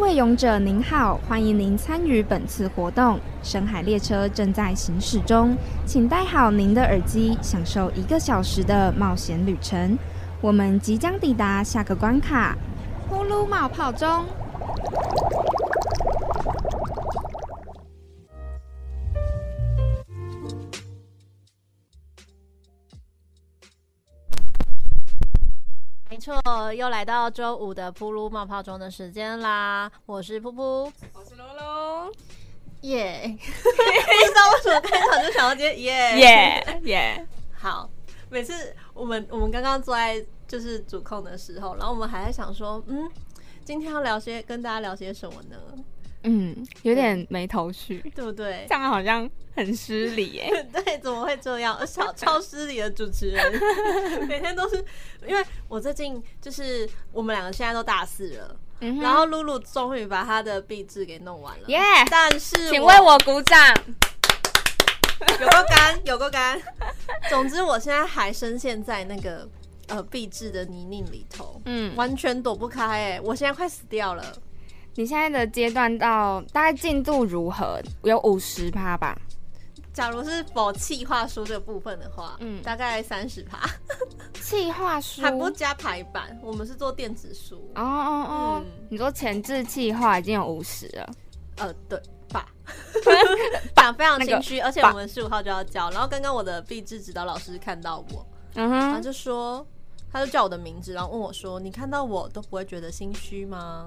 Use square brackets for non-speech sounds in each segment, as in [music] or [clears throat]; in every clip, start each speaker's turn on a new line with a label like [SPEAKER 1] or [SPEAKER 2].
[SPEAKER 1] 位勇者您好，欢迎您参与本次活动。深海列车正在行驶中，请戴好您的耳机，享受一个小时的冒险旅程。我们即将抵达下个关卡——呼噜冒泡钟。
[SPEAKER 2] 没错，又来到周五的噗噜冒泡钟的时间啦！我是噗噗，
[SPEAKER 3] 我是罗龙，
[SPEAKER 2] 耶、不知道为什么开场就想要接耶
[SPEAKER 3] 耶耶！
[SPEAKER 2] 好，每次我们我们刚刚坐在就是主控的时候，然后我们还在想说，嗯，今天要聊些跟大家聊些什么呢？
[SPEAKER 3] 嗯，有点没头绪，
[SPEAKER 2] 对不对
[SPEAKER 3] 这？样好像很失礼耶、
[SPEAKER 1] [laughs]
[SPEAKER 2] 对，怎么会这样？
[SPEAKER 3] [laughs]
[SPEAKER 2] 呃超超失礼的主持人，每天都是因为我最近就是我们两个现在都大四了，
[SPEAKER 3] 嗯哼
[SPEAKER 2] 然后露露终于把她的壁纸给弄完了，
[SPEAKER 3] 耶
[SPEAKER 2] 但是
[SPEAKER 3] 请为我鼓掌。
[SPEAKER 2] 有够干， [laughs] 有够干。总之，我现在还深陷在那个呃壁纸的泥泞里头，
[SPEAKER 3] 嗯，
[SPEAKER 2] 完全躲不开、哎，我现在快死掉了。
[SPEAKER 3] 你现在的阶段到大概进度如何？有五十趴吧。
[SPEAKER 2] 假如是否气化书这部分的话，
[SPEAKER 3] 嗯
[SPEAKER 2] 嗯，大概三十趴，
[SPEAKER 3] 气化书
[SPEAKER 2] 还不加排版。我们是做电子书，
[SPEAKER 3] 哦哦哦，
[SPEAKER 2] 嗯
[SPEAKER 3] 你说前置气化已经有五十了，
[SPEAKER 2] 呃，对
[SPEAKER 3] [laughs]
[SPEAKER 2] 吧？讲非常
[SPEAKER 3] 那个
[SPEAKER 2] 心虚，而且
[SPEAKER 3] 吧
[SPEAKER 2] 我们十五号就要交。然后刚刚我的壁纸指导老师看到我，
[SPEAKER 3] 嗯
[SPEAKER 2] 然后
[SPEAKER 3] 哼，
[SPEAKER 2] 就说，他就叫我的名字，然后问我说：“你看到我都不会觉得心虚吗？”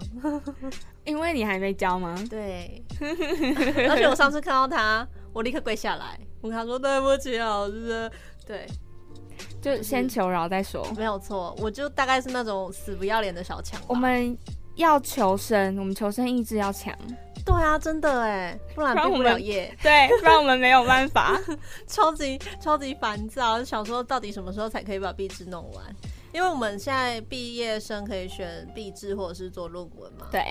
[SPEAKER 3] 因为你还没交吗？
[SPEAKER 2] [laughs] 对，而且我上次看到他，我立刻跪下来，我跟他说对不起，老师。对，
[SPEAKER 3] 就先求饶再说。
[SPEAKER 2] 没有错，我就大概是那种死不要脸的小强吧。
[SPEAKER 3] 我们要求生，我们求生意志要强，
[SPEAKER 2] 对啊，真的哎，不然
[SPEAKER 3] 不然
[SPEAKER 2] 毕
[SPEAKER 3] 我
[SPEAKER 2] 不
[SPEAKER 3] 们
[SPEAKER 2] 了业，
[SPEAKER 3] 对，不然我们没有办法。
[SPEAKER 2] [laughs] 超级超级烦躁，就想说到底什么时候才可以把壁纸弄完？因为我们现在毕业生可以选壁纸或者是做论文嘛。，
[SPEAKER 3] [laughs] 对，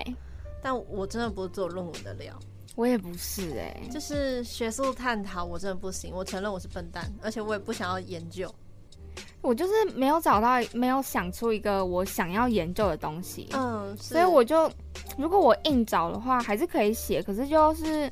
[SPEAKER 2] 但我真的不是做论文的料，
[SPEAKER 3] 我也不是哎、
[SPEAKER 2] 就是学术探讨，我真的不行，我承认我是笨蛋，而且我也不想要研究。
[SPEAKER 3] 我就是没有找到，没有想出一个我想要研究的东西，
[SPEAKER 2] 嗯，
[SPEAKER 3] 所以我就如果我硬找的话，还是可以写，可是就是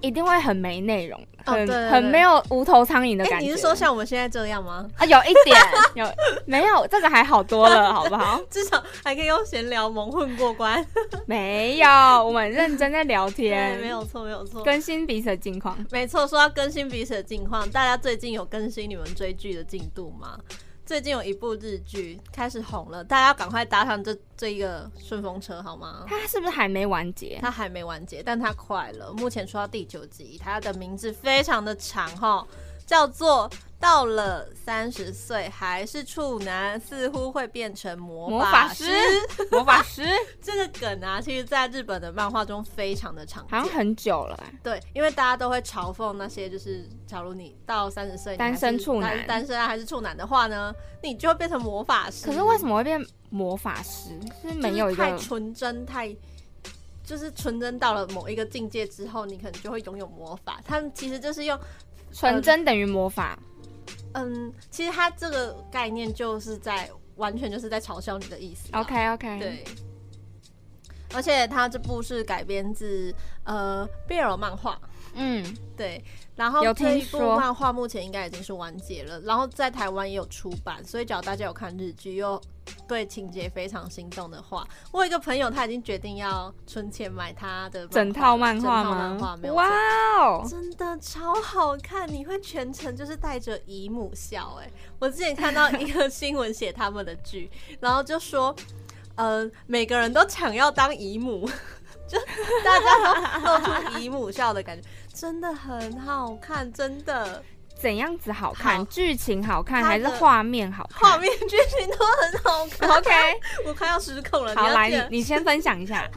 [SPEAKER 3] 一定会很没内容，
[SPEAKER 2] 哦
[SPEAKER 3] 很、
[SPEAKER 2] 对对
[SPEAKER 3] 很
[SPEAKER 2] 对
[SPEAKER 3] 没有无头苍蝇的
[SPEAKER 2] 哎、
[SPEAKER 3] 感觉。
[SPEAKER 2] 你是说像我们现在这样吗？ [laughs]
[SPEAKER 3] 啊，有一点有没有这个还好多了，好不好？
[SPEAKER 2] 至少还可以用闲聊蒙混
[SPEAKER 3] [laughs]
[SPEAKER 2] 过关。
[SPEAKER 3] 没有，我们认真在聊天，
[SPEAKER 2] 对， [laughs] 没有错，没有错。
[SPEAKER 3] 更新彼此的近况。
[SPEAKER 2] 没错，说到更新彼此的近况，大家最近有更新你们追剧的进度吗？最近有一部日剧开始红了，大家要赶快搭上这这一个顺风车好吗？
[SPEAKER 3] 它是不是还没完结？
[SPEAKER 2] 它还没完结，但它快了，目前出到第九集，它的名字非常的长哈，叫做《到了三十岁还是处男，似乎会变成魔
[SPEAKER 3] 魔法师，魔法师
[SPEAKER 2] 这个梗啊，其实在日本的漫画中非常的常
[SPEAKER 3] [laughs] 好像
[SPEAKER 2] 见。
[SPEAKER 3] 很久了欸、
[SPEAKER 2] 对，因为大家都会嘲讽那些，就是假如你到三十岁你还是
[SPEAKER 3] 单身处男
[SPEAKER 2] 单单身啊还是处男的话呢，你就会变成魔法师。
[SPEAKER 3] 可是为什么会变魔法师？是
[SPEAKER 2] 就是
[SPEAKER 3] 没有一
[SPEAKER 2] 太
[SPEAKER 3] 个
[SPEAKER 2] 纯真，太就是纯真到了某一个境界之后，你可能就会拥有魔法。他们其实就是用，
[SPEAKER 3] 纯真等于魔法，
[SPEAKER 2] 嗯，其实他这个概念就是在完全就是在嘲笑你的意思啦。啊
[SPEAKER 3] OK OK，，
[SPEAKER 2] 呃对，而且它这部是改编自呃 BL 漫画，
[SPEAKER 3] 嗯，
[SPEAKER 2] 对，然后
[SPEAKER 3] 有
[SPEAKER 2] 这
[SPEAKER 3] 听
[SPEAKER 2] 一部
[SPEAKER 3] 说
[SPEAKER 2] 漫画目前应该已经是完结了，然后在台湾也有出版，所以只要大家有看日剧又对情节非常心动的话，我有一个朋友他已经决定要存钱买他的漫画
[SPEAKER 3] 整套漫画
[SPEAKER 2] 整套漫
[SPEAKER 3] 吗
[SPEAKER 2] 画没？有错
[SPEAKER 3] 哇哦，
[SPEAKER 2] 真的超好看，你会全程就是带着姨母笑哎、我之前看到一个新闻写他们的
[SPEAKER 3] [laughs]
[SPEAKER 2] 剧，然后就说，呃，每个人都想要当姨母， [laughs] 就大家都露出姨母笑的感觉，真的很好看，
[SPEAKER 3] [laughs]
[SPEAKER 2] 真的
[SPEAKER 3] 怎样子好看？
[SPEAKER 2] 好
[SPEAKER 3] 剧情好看
[SPEAKER 2] 它
[SPEAKER 3] 还是
[SPEAKER 2] 的
[SPEAKER 3] 画面好看？
[SPEAKER 2] 画面剧情都很好看。
[SPEAKER 3] [laughs] OK，
[SPEAKER 2] [laughs] 我快要失控了，
[SPEAKER 3] 好
[SPEAKER 2] 你要
[SPEAKER 3] 来，
[SPEAKER 2] 记得
[SPEAKER 3] 你你先分享一下，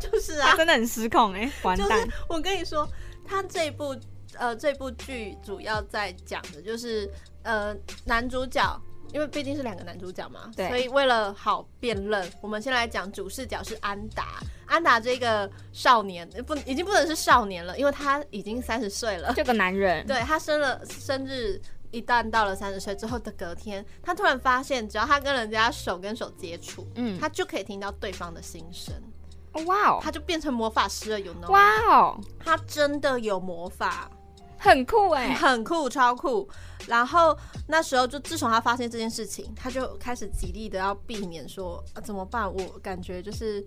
[SPEAKER 2] 就是啊
[SPEAKER 3] 他，真的很失控哎、完
[SPEAKER 2] 就是
[SPEAKER 3] 蛋，
[SPEAKER 2] 我跟你说，他这部呃这部剧主要在讲的就是呃男主角，因为毕竟是两个男主角嘛，
[SPEAKER 3] 对
[SPEAKER 2] 所以为了好辨认，我们先来讲主视角是安达。安达这个少年呃不已经不能是少年了，因为他已经三十岁了
[SPEAKER 3] 这。个男人，
[SPEAKER 2] 对他生了生日一旦到了三十岁之后的隔天，他突然发现，只要他跟人家手跟手接触，
[SPEAKER 3] 嗯
[SPEAKER 2] 他就可以听到对方的心声，
[SPEAKER 3] 哦哇哦，
[SPEAKER 2] 他就变成魔法师了，有 no？
[SPEAKER 3] 哇哦，
[SPEAKER 2] 他真的有魔法，
[SPEAKER 3] 很酷哎、
[SPEAKER 2] 很酷，超酷。然后那时候就自从他发现这件事情，他就开始极力的要避免说、啊、怎么办？我感觉就是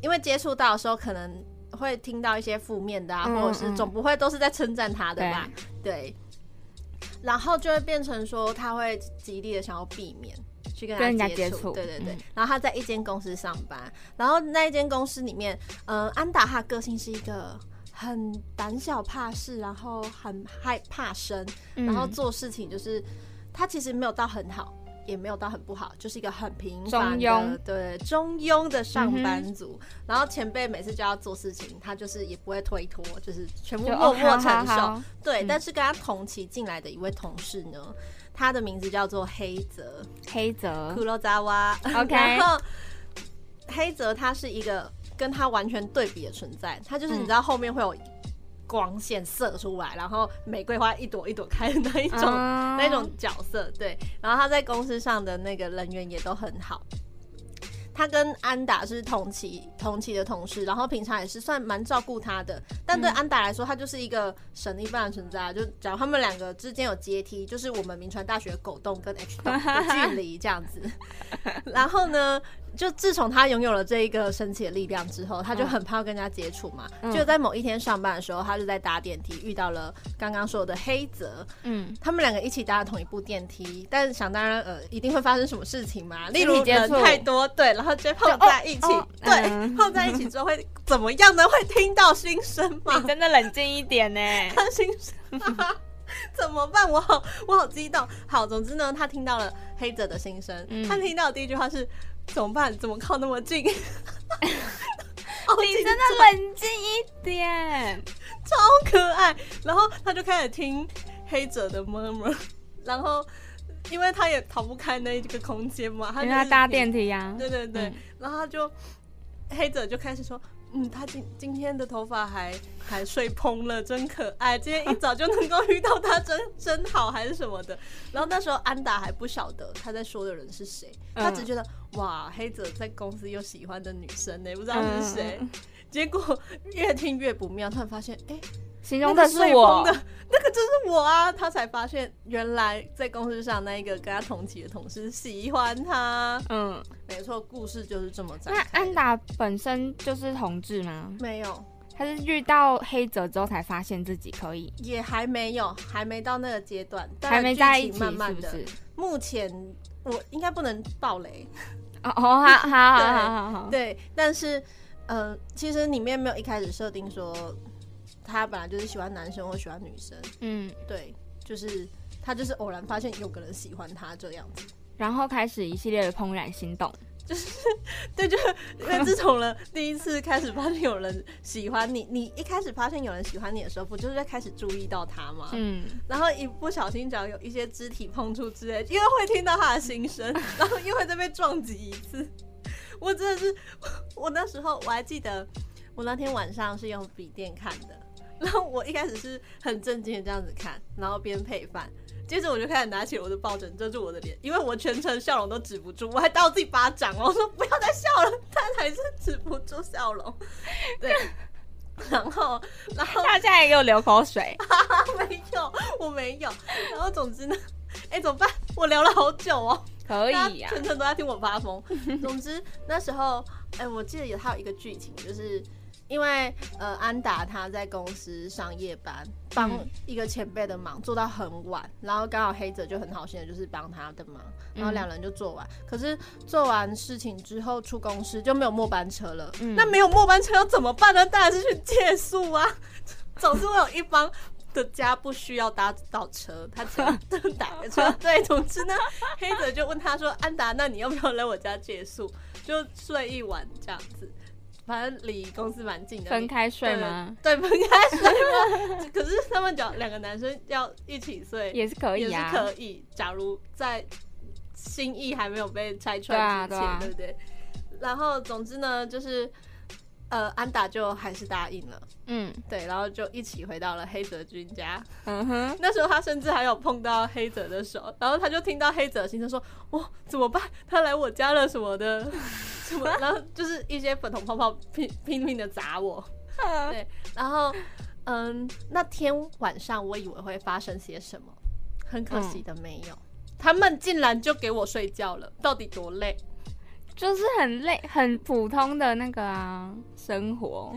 [SPEAKER 2] 因为接触到的时候可能会听到一些负面的啊，
[SPEAKER 3] 嗯
[SPEAKER 2] 或者是
[SPEAKER 3] 嗯
[SPEAKER 2] 总不会都是在称赞他的吧？对。然后就会变成说他会极力的想要避免。去跟
[SPEAKER 3] 跟人家
[SPEAKER 2] 他
[SPEAKER 3] 接
[SPEAKER 2] 接
[SPEAKER 3] 触
[SPEAKER 2] 对对对。
[SPEAKER 3] 嗯
[SPEAKER 2] 然后他在一间公司上班，然后那一间公司里面，嗯，安达他的个性是一个很胆小怕事，然后很害怕生，
[SPEAKER 3] 嗯
[SPEAKER 2] 然后做事情就是、他其实没有到很好，也没有到很不好，就是一个很平
[SPEAKER 3] 中
[SPEAKER 2] 凡的
[SPEAKER 3] 庸嗯
[SPEAKER 2] 对中庸的上班族。然后前辈每次叫他做事情，他就是也不会推脱，就是全部
[SPEAKER 3] 就
[SPEAKER 2] 默
[SPEAKER 3] 哦
[SPEAKER 2] 默
[SPEAKER 3] 好
[SPEAKER 2] 承
[SPEAKER 3] 好
[SPEAKER 2] 受。
[SPEAKER 3] 好，
[SPEAKER 2] 对，
[SPEAKER 3] 嗯
[SPEAKER 2] 但是跟他同期进来的一位同事呢，他的名字叫做黑泽
[SPEAKER 3] 黑泽
[SPEAKER 2] 库洛扎哇。
[SPEAKER 3] 哦 OK
[SPEAKER 2] 然后黑泽他是一个跟他完全对比的存在，他
[SPEAKER 3] 嗯
[SPEAKER 2] 就是你知道后面会有光线射出来，然后玫瑰花一朵一朵开的那一种、
[SPEAKER 3] 啊
[SPEAKER 2] 那种角色，对。然后他在公司上的那个人缘也都很好。他跟安达是同期同期的同事，然后平常也是算蛮照顾他的，但对安达来说，他就是一个神一般的存在啊。就假如他们两个之间有阶梯，就是我们名传大学狗洞跟 H 洞的距离这样子。然后呢，就自从他拥有了这一个神奇的力量之后，他就很怕跟人家接触嘛。
[SPEAKER 3] 嗯
[SPEAKER 2] 就在某一天上班的时候，他就在搭电梯遇到了刚刚说的黑泽，
[SPEAKER 3] 嗯，
[SPEAKER 2] 他们两个一起搭了同一部电梯，但想当然，呃，一定会发生什么事情嘛？例
[SPEAKER 3] 体
[SPEAKER 2] 如
[SPEAKER 3] 接
[SPEAKER 2] 人
[SPEAKER 3] 触
[SPEAKER 2] 太多，对，然后就碰在一起，
[SPEAKER 3] 哦哦
[SPEAKER 2] 对，
[SPEAKER 3] 嗯
[SPEAKER 2] 碰在一起之后会怎么样呢？会听到心声吗
[SPEAKER 3] 你？真的冷静一点欸呢、
[SPEAKER 2] [laughs] 他心声，怎么办？我好，我好激动。好，总之呢，他听到了黑泽的心声，
[SPEAKER 3] 嗯
[SPEAKER 2] 他听到的第一句话是：怎么办？怎么靠那么近？ [laughs]
[SPEAKER 3] [laughs]
[SPEAKER 2] 哦
[SPEAKER 3] 你
[SPEAKER 2] 紧
[SPEAKER 3] 真的冷静一点，
[SPEAKER 2] 超可爱。然后他就开始听黑者的 murmur，然 [laughs] 后因为他也逃不开那一个空间嘛，他
[SPEAKER 3] 因
[SPEAKER 2] 就
[SPEAKER 3] 为
[SPEAKER 2] 是
[SPEAKER 3] 他搭电梯呀、
[SPEAKER 2] 对对对，
[SPEAKER 3] 嗯
[SPEAKER 2] 然后他就黑者就开始说。嗯，他今今天的头发还还睡蓬了，真可爱。今天一早就能够遇到他真，真好，还是什么的。然后那时候安达还不晓得他在说的人是谁，他只
[SPEAKER 3] 嗯
[SPEAKER 2] 觉得哇，黑泽在公司有喜欢的女生欸呢、不知道是谁。
[SPEAKER 3] 嗯
[SPEAKER 2] 结果越听越不妙，突然发现，哎、
[SPEAKER 3] 形
[SPEAKER 2] 那
[SPEAKER 3] 容
[SPEAKER 2] 个
[SPEAKER 3] 的是
[SPEAKER 2] 睡
[SPEAKER 3] 我
[SPEAKER 2] 风的， [laughs] 那个就是我啊！他才发现，原来在公司上那一个跟他同期的同事喜欢他。
[SPEAKER 3] 嗯，
[SPEAKER 2] 没错，故事就是这么展
[SPEAKER 3] 那
[SPEAKER 2] 开。
[SPEAKER 3] 安达本身就是同志吗？
[SPEAKER 2] 没有，
[SPEAKER 3] 他是遇到黑泽之后才发现自己可以，
[SPEAKER 2] 也还没有，还没到那个阶段，当然
[SPEAKER 3] 还没在
[SPEAKER 2] 剧
[SPEAKER 3] 一
[SPEAKER 2] 情
[SPEAKER 3] 起，
[SPEAKER 2] 慢慢
[SPEAKER 3] 是
[SPEAKER 2] 的。
[SPEAKER 3] 不是？
[SPEAKER 2] 目前我应该不能爆雷，
[SPEAKER 3] 哦哦，好好好好好，
[SPEAKER 2] 对，但是，嗯、其实里面没有一开始设定说他本来就是喜欢男生或喜欢女生，
[SPEAKER 3] 嗯，
[SPEAKER 2] 对，就是他就是偶然发现有个人喜欢他这样子。
[SPEAKER 3] 然后开始一系列的怦然心动，
[SPEAKER 2] 对，就是因为自从了第一次开始发现有人喜欢你，你一开始发现有人喜欢你的时候，不就是在开始注意到他吗？
[SPEAKER 3] 嗯，
[SPEAKER 2] 然后一不小心，只要有一些肢体碰触之类，又会听到他的心声，然后又会再被撞击一次。我真的是，我那时候我还记得，我那天晚上是用笔电看的，然后我一开始是很震惊的这样子看，然后边配饭。接着我就开始拿起我的抱枕遮住我的脸，因为我全程笑容都止不住，我还打我自己巴掌哦，我说不要再笑了，但还是止不住笑容。 [laughs] 对，然后，然后
[SPEAKER 3] 大家也给我流口 [laughs] 水，
[SPEAKER 2] 没有，我没有。然后总之呢，哎、怎么办？我聊了好久哦，
[SPEAKER 3] 可
[SPEAKER 2] 大
[SPEAKER 3] 以
[SPEAKER 2] 家
[SPEAKER 3] 呀、
[SPEAKER 2] 全程都在听我发
[SPEAKER 3] [laughs]
[SPEAKER 2] 疯。总之那时候，哎、我记得有他有一个剧情，就是因为呃安达他在公司上夜班，帮
[SPEAKER 3] 嗯
[SPEAKER 2] 一个前辈的忙做到很晚，然后刚好黑泽就很好心的就是帮他的忙，然后
[SPEAKER 3] 嗯
[SPEAKER 2] 两人就做完。可是做完事情之后出公司就没有末班车了，
[SPEAKER 3] 嗯
[SPEAKER 2] 那没有末班车要怎么办呢？当然是去 [laughs] 借宿啊，总是会有一方。的家不需要搭到车，他只要 [laughs] 打个车。对，总之呢， [laughs] 黑泽就问他说：“安达，那你要不要来我家借宿？ [laughs] 就睡一晚这样子，反正离公司蛮近的。”
[SPEAKER 3] 分开睡吗？
[SPEAKER 2] 对，分开睡吗？ [laughs] 可是他们讲两个男生要一起睡
[SPEAKER 3] 也是可以啊
[SPEAKER 2] 也
[SPEAKER 3] 呀、
[SPEAKER 2] 是可以。假如在心意还没有被拆穿之前，
[SPEAKER 3] 对啊对啊
[SPEAKER 2] 不对？然后总之呢，就是呃，安达就还是答应了，
[SPEAKER 3] 嗯
[SPEAKER 2] 对，然后就一起回到了黑泽君家。
[SPEAKER 3] 嗯哼，
[SPEAKER 2] 那时候他甚至还有碰到黑泽的手，然后他就听到黑泽的心声说：“哇，怎么办？他来我家了什么的， [laughs] 什么？”然后就是一些粉红泡泡拼拼命的砸我。对，然后嗯，那天晚上我以为会发生些什么，很可惜的没有，他们竟然就给我睡觉了，到底多累？
[SPEAKER 3] [laughs] 就是很累，很普通的那个啊生活。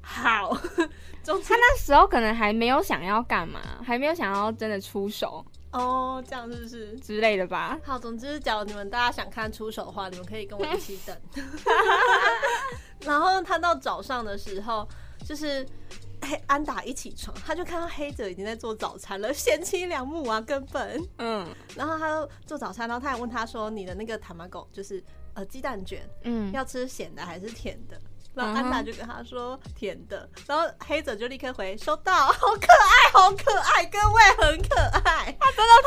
[SPEAKER 2] 好， [laughs] 总之
[SPEAKER 3] 他那时候可能还没有想要干嘛，还没有想要真的出手
[SPEAKER 2] 哦，这样是不是？
[SPEAKER 3] 之类的吧。
[SPEAKER 2] 好，总之，假如你们大家想看出手的话，你们可以跟我一起等。然后他到早上的时候，就是黑安达一起床，他就看到黑泽已经在做早餐了，贤妻良母啊，根本。
[SPEAKER 3] 嗯
[SPEAKER 2] 然后他就做早餐，然后他还问他说：“你的那个塔玛狗就是呃鸡蛋卷，
[SPEAKER 3] 嗯，
[SPEAKER 2] 要吃咸的还是甜的？”然后
[SPEAKER 3] 嗯哼
[SPEAKER 2] 安达就跟他说甜的，然后黑泽就立刻回收到，好可爱，好可爱，各位很可爱，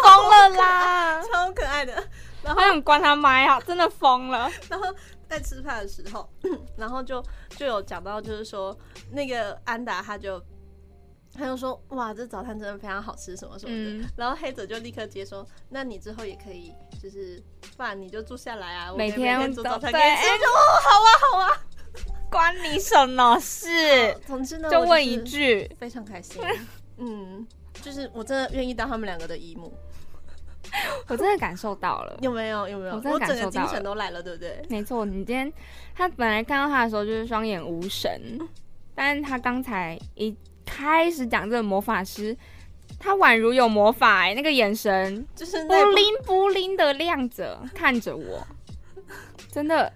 [SPEAKER 3] 疯了 [laughs] 啦！
[SPEAKER 2] 超可爱的。然后
[SPEAKER 3] 好想关他麦啊，真的疯了。
[SPEAKER 2] 然后在吃饭的时候， [clears throat] 然后就就有讲到，就是说那个安达他就他就说哇，这早餐真的非常好吃，什么什么的。
[SPEAKER 3] 嗯
[SPEAKER 2] 然后黑泽就立刻接说，那你之后也可以，就是不然你就住下来啊，我可以
[SPEAKER 3] 每
[SPEAKER 2] 每
[SPEAKER 3] 天
[SPEAKER 2] 天做
[SPEAKER 3] 都
[SPEAKER 2] 早餐给
[SPEAKER 3] 对
[SPEAKER 2] 你吃。就哦，好啊，好啊。
[SPEAKER 3] 关你什么事？
[SPEAKER 2] 总之呢，
[SPEAKER 3] 哎就
[SPEAKER 2] 我
[SPEAKER 3] 问
[SPEAKER 2] 是
[SPEAKER 3] 一句，
[SPEAKER 2] 非常开心。 [laughs] 嗯，就是我真的愿意当他们两个的姨母，
[SPEAKER 3] 我真的感受到了。
[SPEAKER 2] 有没有？有没有？
[SPEAKER 3] 我
[SPEAKER 2] 我
[SPEAKER 3] 真的感
[SPEAKER 2] 整
[SPEAKER 3] 受到
[SPEAKER 2] 个精
[SPEAKER 3] 了
[SPEAKER 2] 神都来了，对不对？
[SPEAKER 3] 没错，你今天他本来看到他的时候就是双眼无神，但是他刚才一开始讲这个魔法师，他宛如有魔法哎、那个眼神
[SPEAKER 2] 就是
[SPEAKER 3] 不
[SPEAKER 2] 那种
[SPEAKER 3] 灵不灵的亮着看着我，真的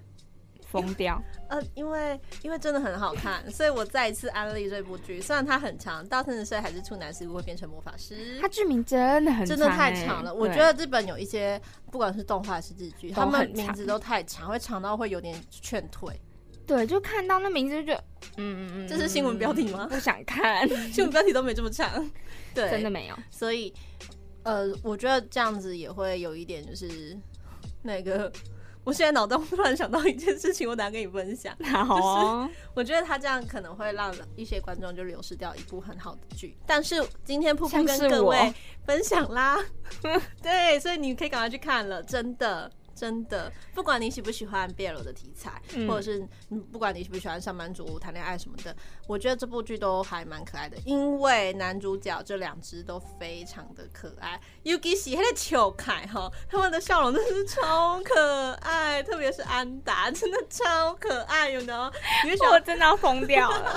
[SPEAKER 3] 疯掉。
[SPEAKER 2] 呃，因为因为真的很好看，所以我再一次安利这部剧。虽然它很长，到三十岁还是处男时会变成魔法师
[SPEAKER 3] [laughs] 他，剧名真的很
[SPEAKER 2] 真的
[SPEAKER 3] 长
[SPEAKER 2] 太
[SPEAKER 3] 欸
[SPEAKER 2] 长了。我
[SPEAKER 3] 对
[SPEAKER 2] 觉得日本有一些不管是动画还是日剧，
[SPEAKER 3] 都
[SPEAKER 2] 他们
[SPEAKER 3] 很
[SPEAKER 2] 名
[SPEAKER 3] 长
[SPEAKER 2] 字都太长，会长到会有点劝
[SPEAKER 3] [laughs]
[SPEAKER 2] 退。
[SPEAKER 3] 对，就看到那名字就觉得，嗯嗯嗯，
[SPEAKER 2] [laughs] 这是新闻标题吗
[SPEAKER 3] 不想看，
[SPEAKER 2] 新闻标题都没这么长， [laughs] 对，
[SPEAKER 3] 真的。没
[SPEAKER 2] [laughs]
[SPEAKER 3] 有。
[SPEAKER 2] 所以呃，我觉得这样子也会有一点就是那个。我现在脑中突然想到一件事情，我等下跟你分享。
[SPEAKER 3] 好哦，
[SPEAKER 2] 我觉得他这样可能会让一些观众就流失掉一部很好的剧，但是今天瀑布
[SPEAKER 3] 像
[SPEAKER 2] 跟
[SPEAKER 3] 是
[SPEAKER 2] 各
[SPEAKER 3] 我
[SPEAKER 2] 位分享啦， [laughs] 对，所以你可以赶快去看了，真的真的，不管你喜不喜欢 BL 的题材，
[SPEAKER 3] 嗯
[SPEAKER 2] 或者是你不管你喜不喜欢上班族谈恋爱什么的，我觉得这部剧都还蛮可爱的，因为男主角这两只都非常的可爱，Yuki 喜还的球凯哈，他们的笑容真是超可爱，特别是安达，真的超可爱，有没有？你会
[SPEAKER 3] [laughs]
[SPEAKER 2] 想
[SPEAKER 3] 我真的要疯掉了。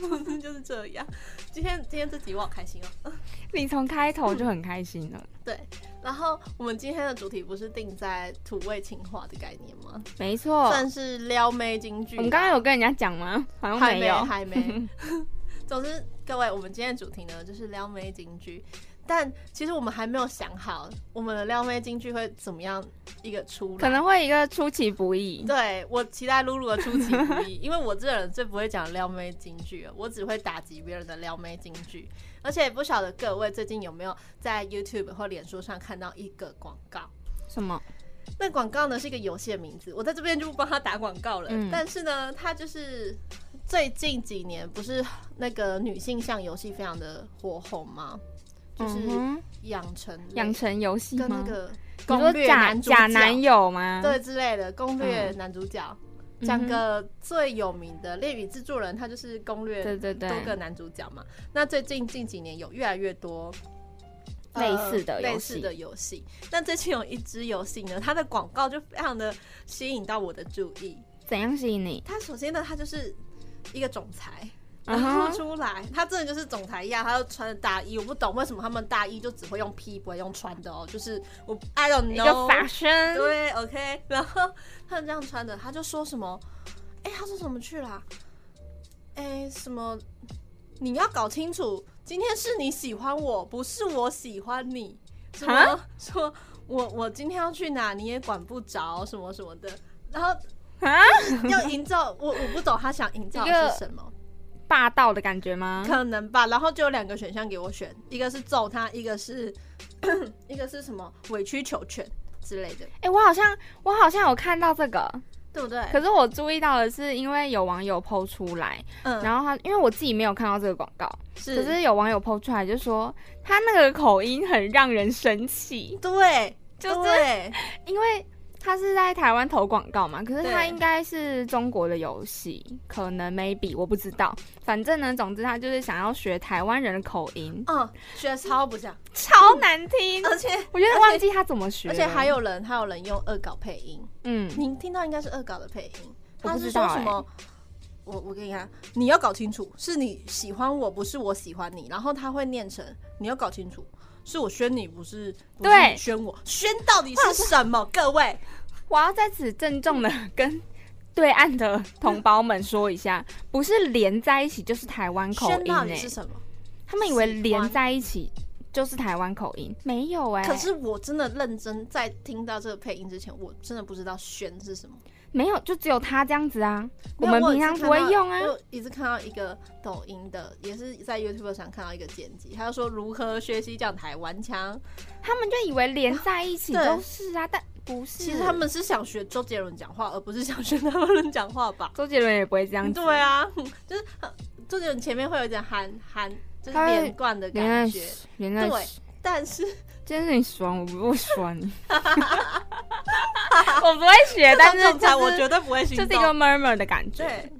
[SPEAKER 2] 总之 [laughs] 就是这样。今天今天这集我好开心哦。
[SPEAKER 3] 你从开头就很开心了，
[SPEAKER 2] 对，然后我们今天的主题不是定在土味情话的概念吗？
[SPEAKER 3] 没错。
[SPEAKER 2] 算是撩妹金句吧。
[SPEAKER 3] 哦我们刚刚有跟人家讲吗？好像
[SPEAKER 2] 啊还
[SPEAKER 3] 没
[SPEAKER 2] 没
[SPEAKER 3] 有。哦
[SPEAKER 2] 还没。
[SPEAKER 3] [laughs]
[SPEAKER 2] 总之，各位，我们今天的主题呢就是撩妹金句，但其实我们还没有想好我们的撩妹金句会怎么样一个出来。
[SPEAKER 3] 可能会一个出其不 [laughs] 意，
[SPEAKER 2] 对我期待露露的出其不意，因为我这个人最不会讲撩妹金句了，我只会打击别人的撩妹金句。而且不晓得各位最近有没有在 YouTube 或脸书上看到一个广告？
[SPEAKER 3] 什么？
[SPEAKER 2] 那广告呢是一个游戏的名字，我在这边就不帮他打广告了。
[SPEAKER 3] 嗯
[SPEAKER 2] 但是呢，它就是最近几年不是那个女性向游戏非常的火红吗？就是
[SPEAKER 3] 嗯哼
[SPEAKER 2] 养成类
[SPEAKER 3] 养成游戏吗？
[SPEAKER 2] 跟那个
[SPEAKER 3] 你说
[SPEAKER 2] 攻略
[SPEAKER 3] 假
[SPEAKER 2] 男主角
[SPEAKER 3] 假男友吗？
[SPEAKER 2] 对之类的攻略男主角，讲、
[SPEAKER 3] 嗯嗯哼
[SPEAKER 2] 个最有名的《恋与制作人》，他就是攻略
[SPEAKER 3] 对对对
[SPEAKER 2] 多个男主角嘛。那最近近几年有越来越多。呃
[SPEAKER 3] 类似的游戏
[SPEAKER 2] 类似的游戏，那最近有一支游戏呢，它的广告就非常的吸引到我的注意。
[SPEAKER 3] 怎样吸引你？
[SPEAKER 2] 它首先呢，它就是一个总裁，然
[SPEAKER 3] 嗯
[SPEAKER 2] 后
[SPEAKER 3] 哼，
[SPEAKER 2] 出来，他真的就是总裁一样，他就穿着大衣。我不懂为什么他们大衣就只会用披，不会用穿的哦。就是我 I don't
[SPEAKER 3] 一
[SPEAKER 2] know，
[SPEAKER 3] 个法身， [laughs]
[SPEAKER 2] 对，OK。然后他这样穿的，他就说什么？哎、他说什么去啦？哎、什么？你要搞清楚，今天是你喜欢我，不是我喜欢你。什么
[SPEAKER 3] 啊？
[SPEAKER 2] [laughs] 说我我今天要去哪，你也管不着，什么什么的。然后
[SPEAKER 3] 啊，
[SPEAKER 2] 要营造，我我不懂他想营造
[SPEAKER 3] 一个嗯
[SPEAKER 2] 的是什么。
[SPEAKER 3] 霸道的感觉吗？
[SPEAKER 2] 可能吧。然后就有两个选项给我选，一个是揍他，一个是 [coughs] 一个是什么委曲求全之类的。
[SPEAKER 3] 哎、我好像我好像有看到这个，
[SPEAKER 2] 对不对？
[SPEAKER 3] 可是我注意到的是，因为有网友抛出来，
[SPEAKER 2] 嗯，后
[SPEAKER 3] 然后他因为我自己没有看到这个广告，
[SPEAKER 2] 是
[SPEAKER 3] 可是有网友抛出来就说他那个口音很让人生气，
[SPEAKER 2] 对，
[SPEAKER 3] 就是
[SPEAKER 2] 对
[SPEAKER 3] 因为他是在台湾投广告嘛，可是他
[SPEAKER 2] 对
[SPEAKER 3] 应该是中国的游戏，可能 maybe 我不知道，反正呢，总之他就是想要学台湾人的口音，
[SPEAKER 2] 嗯，学超不像，
[SPEAKER 3] 超难听，
[SPEAKER 2] 而且
[SPEAKER 3] 我有点忘记他怎么学，
[SPEAKER 2] 而且还有人还有人用恶搞配音，
[SPEAKER 3] 嗯，
[SPEAKER 2] 您听到应该是恶搞的配音，
[SPEAKER 3] 我
[SPEAKER 2] 他
[SPEAKER 3] 不
[SPEAKER 2] 是
[SPEAKER 3] 知
[SPEAKER 2] 说
[SPEAKER 3] 道
[SPEAKER 2] 什
[SPEAKER 3] 欸
[SPEAKER 2] 么？我我跟你讲，你要搞清楚，是你喜欢我，不是我喜欢你。然后他会念成，你要搞清楚，是我宣你，不是不是
[SPEAKER 3] 对
[SPEAKER 2] 宣我，宣到底是什么？各位，
[SPEAKER 3] 我要在此郑重的跟对岸的同胞们说一下，不是连在一起就是台湾口
[SPEAKER 2] 宣
[SPEAKER 3] 音
[SPEAKER 2] 到
[SPEAKER 3] 哎、
[SPEAKER 2] 底是什么？
[SPEAKER 3] 他们以为
[SPEAKER 2] 喜
[SPEAKER 3] 连
[SPEAKER 2] 欢
[SPEAKER 3] 在一起就是台湾口音，没有哎、
[SPEAKER 2] 可是我真的认真在听到这个配音之前，我真的不知道宣是什么。
[SPEAKER 3] 没有，就只有他这样子啊，我
[SPEAKER 2] 没有
[SPEAKER 3] 们平常不会用啊
[SPEAKER 2] 我。有一直看到一个抖音的，也是在 YouTube 上看到一个剪辑，他就说如何学习讲台湾腔。
[SPEAKER 3] 他们就以为连在一起
[SPEAKER 2] [laughs] 对
[SPEAKER 3] 都是啊，但不是。
[SPEAKER 2] 其实他们是想学周杰伦讲话，而不是想学台湾人讲话吧？
[SPEAKER 3] 周杰伦也不会这样子，
[SPEAKER 2] 对啊， [laughs] 就是呃周杰伦前面会有一点含含，就是
[SPEAKER 3] 他会
[SPEAKER 2] 连贯的
[SPEAKER 3] 连在
[SPEAKER 2] 感
[SPEAKER 3] 一
[SPEAKER 2] 觉，
[SPEAKER 3] 起，连在一起。
[SPEAKER 2] 但是
[SPEAKER 3] 这件事情爽，我不会说你， [laughs] 我不会学， [laughs] 但是
[SPEAKER 2] 这种才
[SPEAKER 3] 就
[SPEAKER 2] 我
[SPEAKER 3] 是
[SPEAKER 2] 绝对不会心
[SPEAKER 3] 就是一
[SPEAKER 2] 动
[SPEAKER 3] 个 murmur 的感觉。
[SPEAKER 2] 对，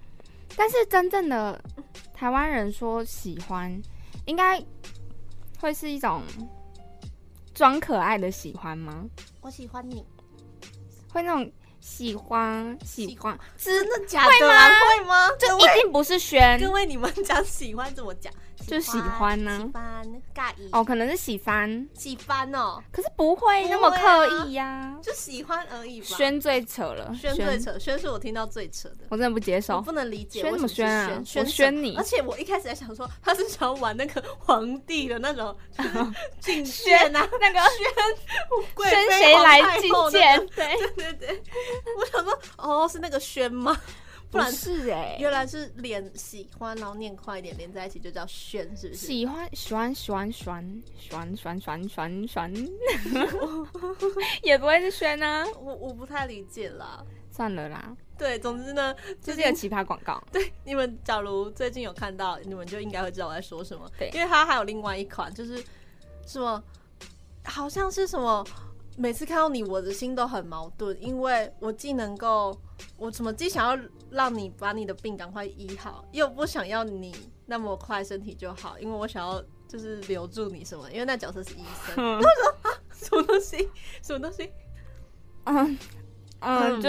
[SPEAKER 3] 但是真正的台湾人说喜欢，应该会是一种装可爱的喜欢吗？
[SPEAKER 2] 我喜欢你，
[SPEAKER 3] 会那种喜欢喜
[SPEAKER 2] 喜
[SPEAKER 3] 欢，
[SPEAKER 2] 真的假的啊？会吗？各
[SPEAKER 3] 就
[SPEAKER 2] 位
[SPEAKER 3] 一定不是宣
[SPEAKER 2] 各位，你们讲喜欢怎么讲？
[SPEAKER 3] 就喜欢呢
[SPEAKER 2] 喜欢尬意
[SPEAKER 3] 哦，可能是喜欢，
[SPEAKER 2] 喜欢哦，
[SPEAKER 3] 可是不会那么
[SPEAKER 2] 不会啊
[SPEAKER 3] 刻意呀、
[SPEAKER 2] 就喜欢而已吧。
[SPEAKER 3] 宣最扯了，
[SPEAKER 2] 宣最，扯，宣是我听到最扯的。
[SPEAKER 3] 我真的不接
[SPEAKER 2] 我
[SPEAKER 3] 受。
[SPEAKER 2] 不能理解
[SPEAKER 3] 宣
[SPEAKER 2] 为
[SPEAKER 3] 什么
[SPEAKER 2] 什
[SPEAKER 3] 宣啊
[SPEAKER 2] 么是
[SPEAKER 3] 我
[SPEAKER 2] 宣
[SPEAKER 3] 宣你
[SPEAKER 2] 而且我一开始在想说，他是想要玩那个皇帝的那种就是进
[SPEAKER 3] 宣
[SPEAKER 2] 谏啊，
[SPEAKER 3] [laughs] 那个
[SPEAKER 2] 贵
[SPEAKER 3] 宣
[SPEAKER 2] 妃
[SPEAKER 3] 谁
[SPEAKER 2] 皇
[SPEAKER 3] 来
[SPEAKER 2] 太
[SPEAKER 3] 觐
[SPEAKER 2] 后那
[SPEAKER 3] 见
[SPEAKER 2] 个？
[SPEAKER 3] 对，
[SPEAKER 2] 对对对，我想说，哦，是那个宣吗？不
[SPEAKER 3] 不
[SPEAKER 2] 然
[SPEAKER 3] 是哎、
[SPEAKER 2] 原来是连喜欢，然后念快一点，连在一起就叫宣，是不是？
[SPEAKER 3] 喜欢喜欢喜欢喜欢喜欢喜欢喜欢喜欢喜欢， [laughs] 也不会是宣啊。
[SPEAKER 2] 我我不太理解啦。
[SPEAKER 3] 算了啦，
[SPEAKER 2] 对，总之呢，
[SPEAKER 3] 这
[SPEAKER 2] 最
[SPEAKER 3] 是一个奇
[SPEAKER 2] 近
[SPEAKER 3] 葩广 [laughs] 告。
[SPEAKER 2] [laughs] 对你们，假如最近有看到，你们就应该会知道我在说什么。
[SPEAKER 3] 对
[SPEAKER 2] 因为它还有另外一款，就是什么，好像是什么，每次看到你，我的心都很矛盾，因为我既能够，我怎么既想要让你把你的病赶快医好，又不想要你那么快身体就好，因为我想要就是留住你什么，因为那角色是医
[SPEAKER 3] [laughs]
[SPEAKER 2] 生，
[SPEAKER 3] 嗯
[SPEAKER 2] 什么东西，什么东西，
[SPEAKER 3] 嗯嗯，
[SPEAKER 2] 嗯
[SPEAKER 3] 就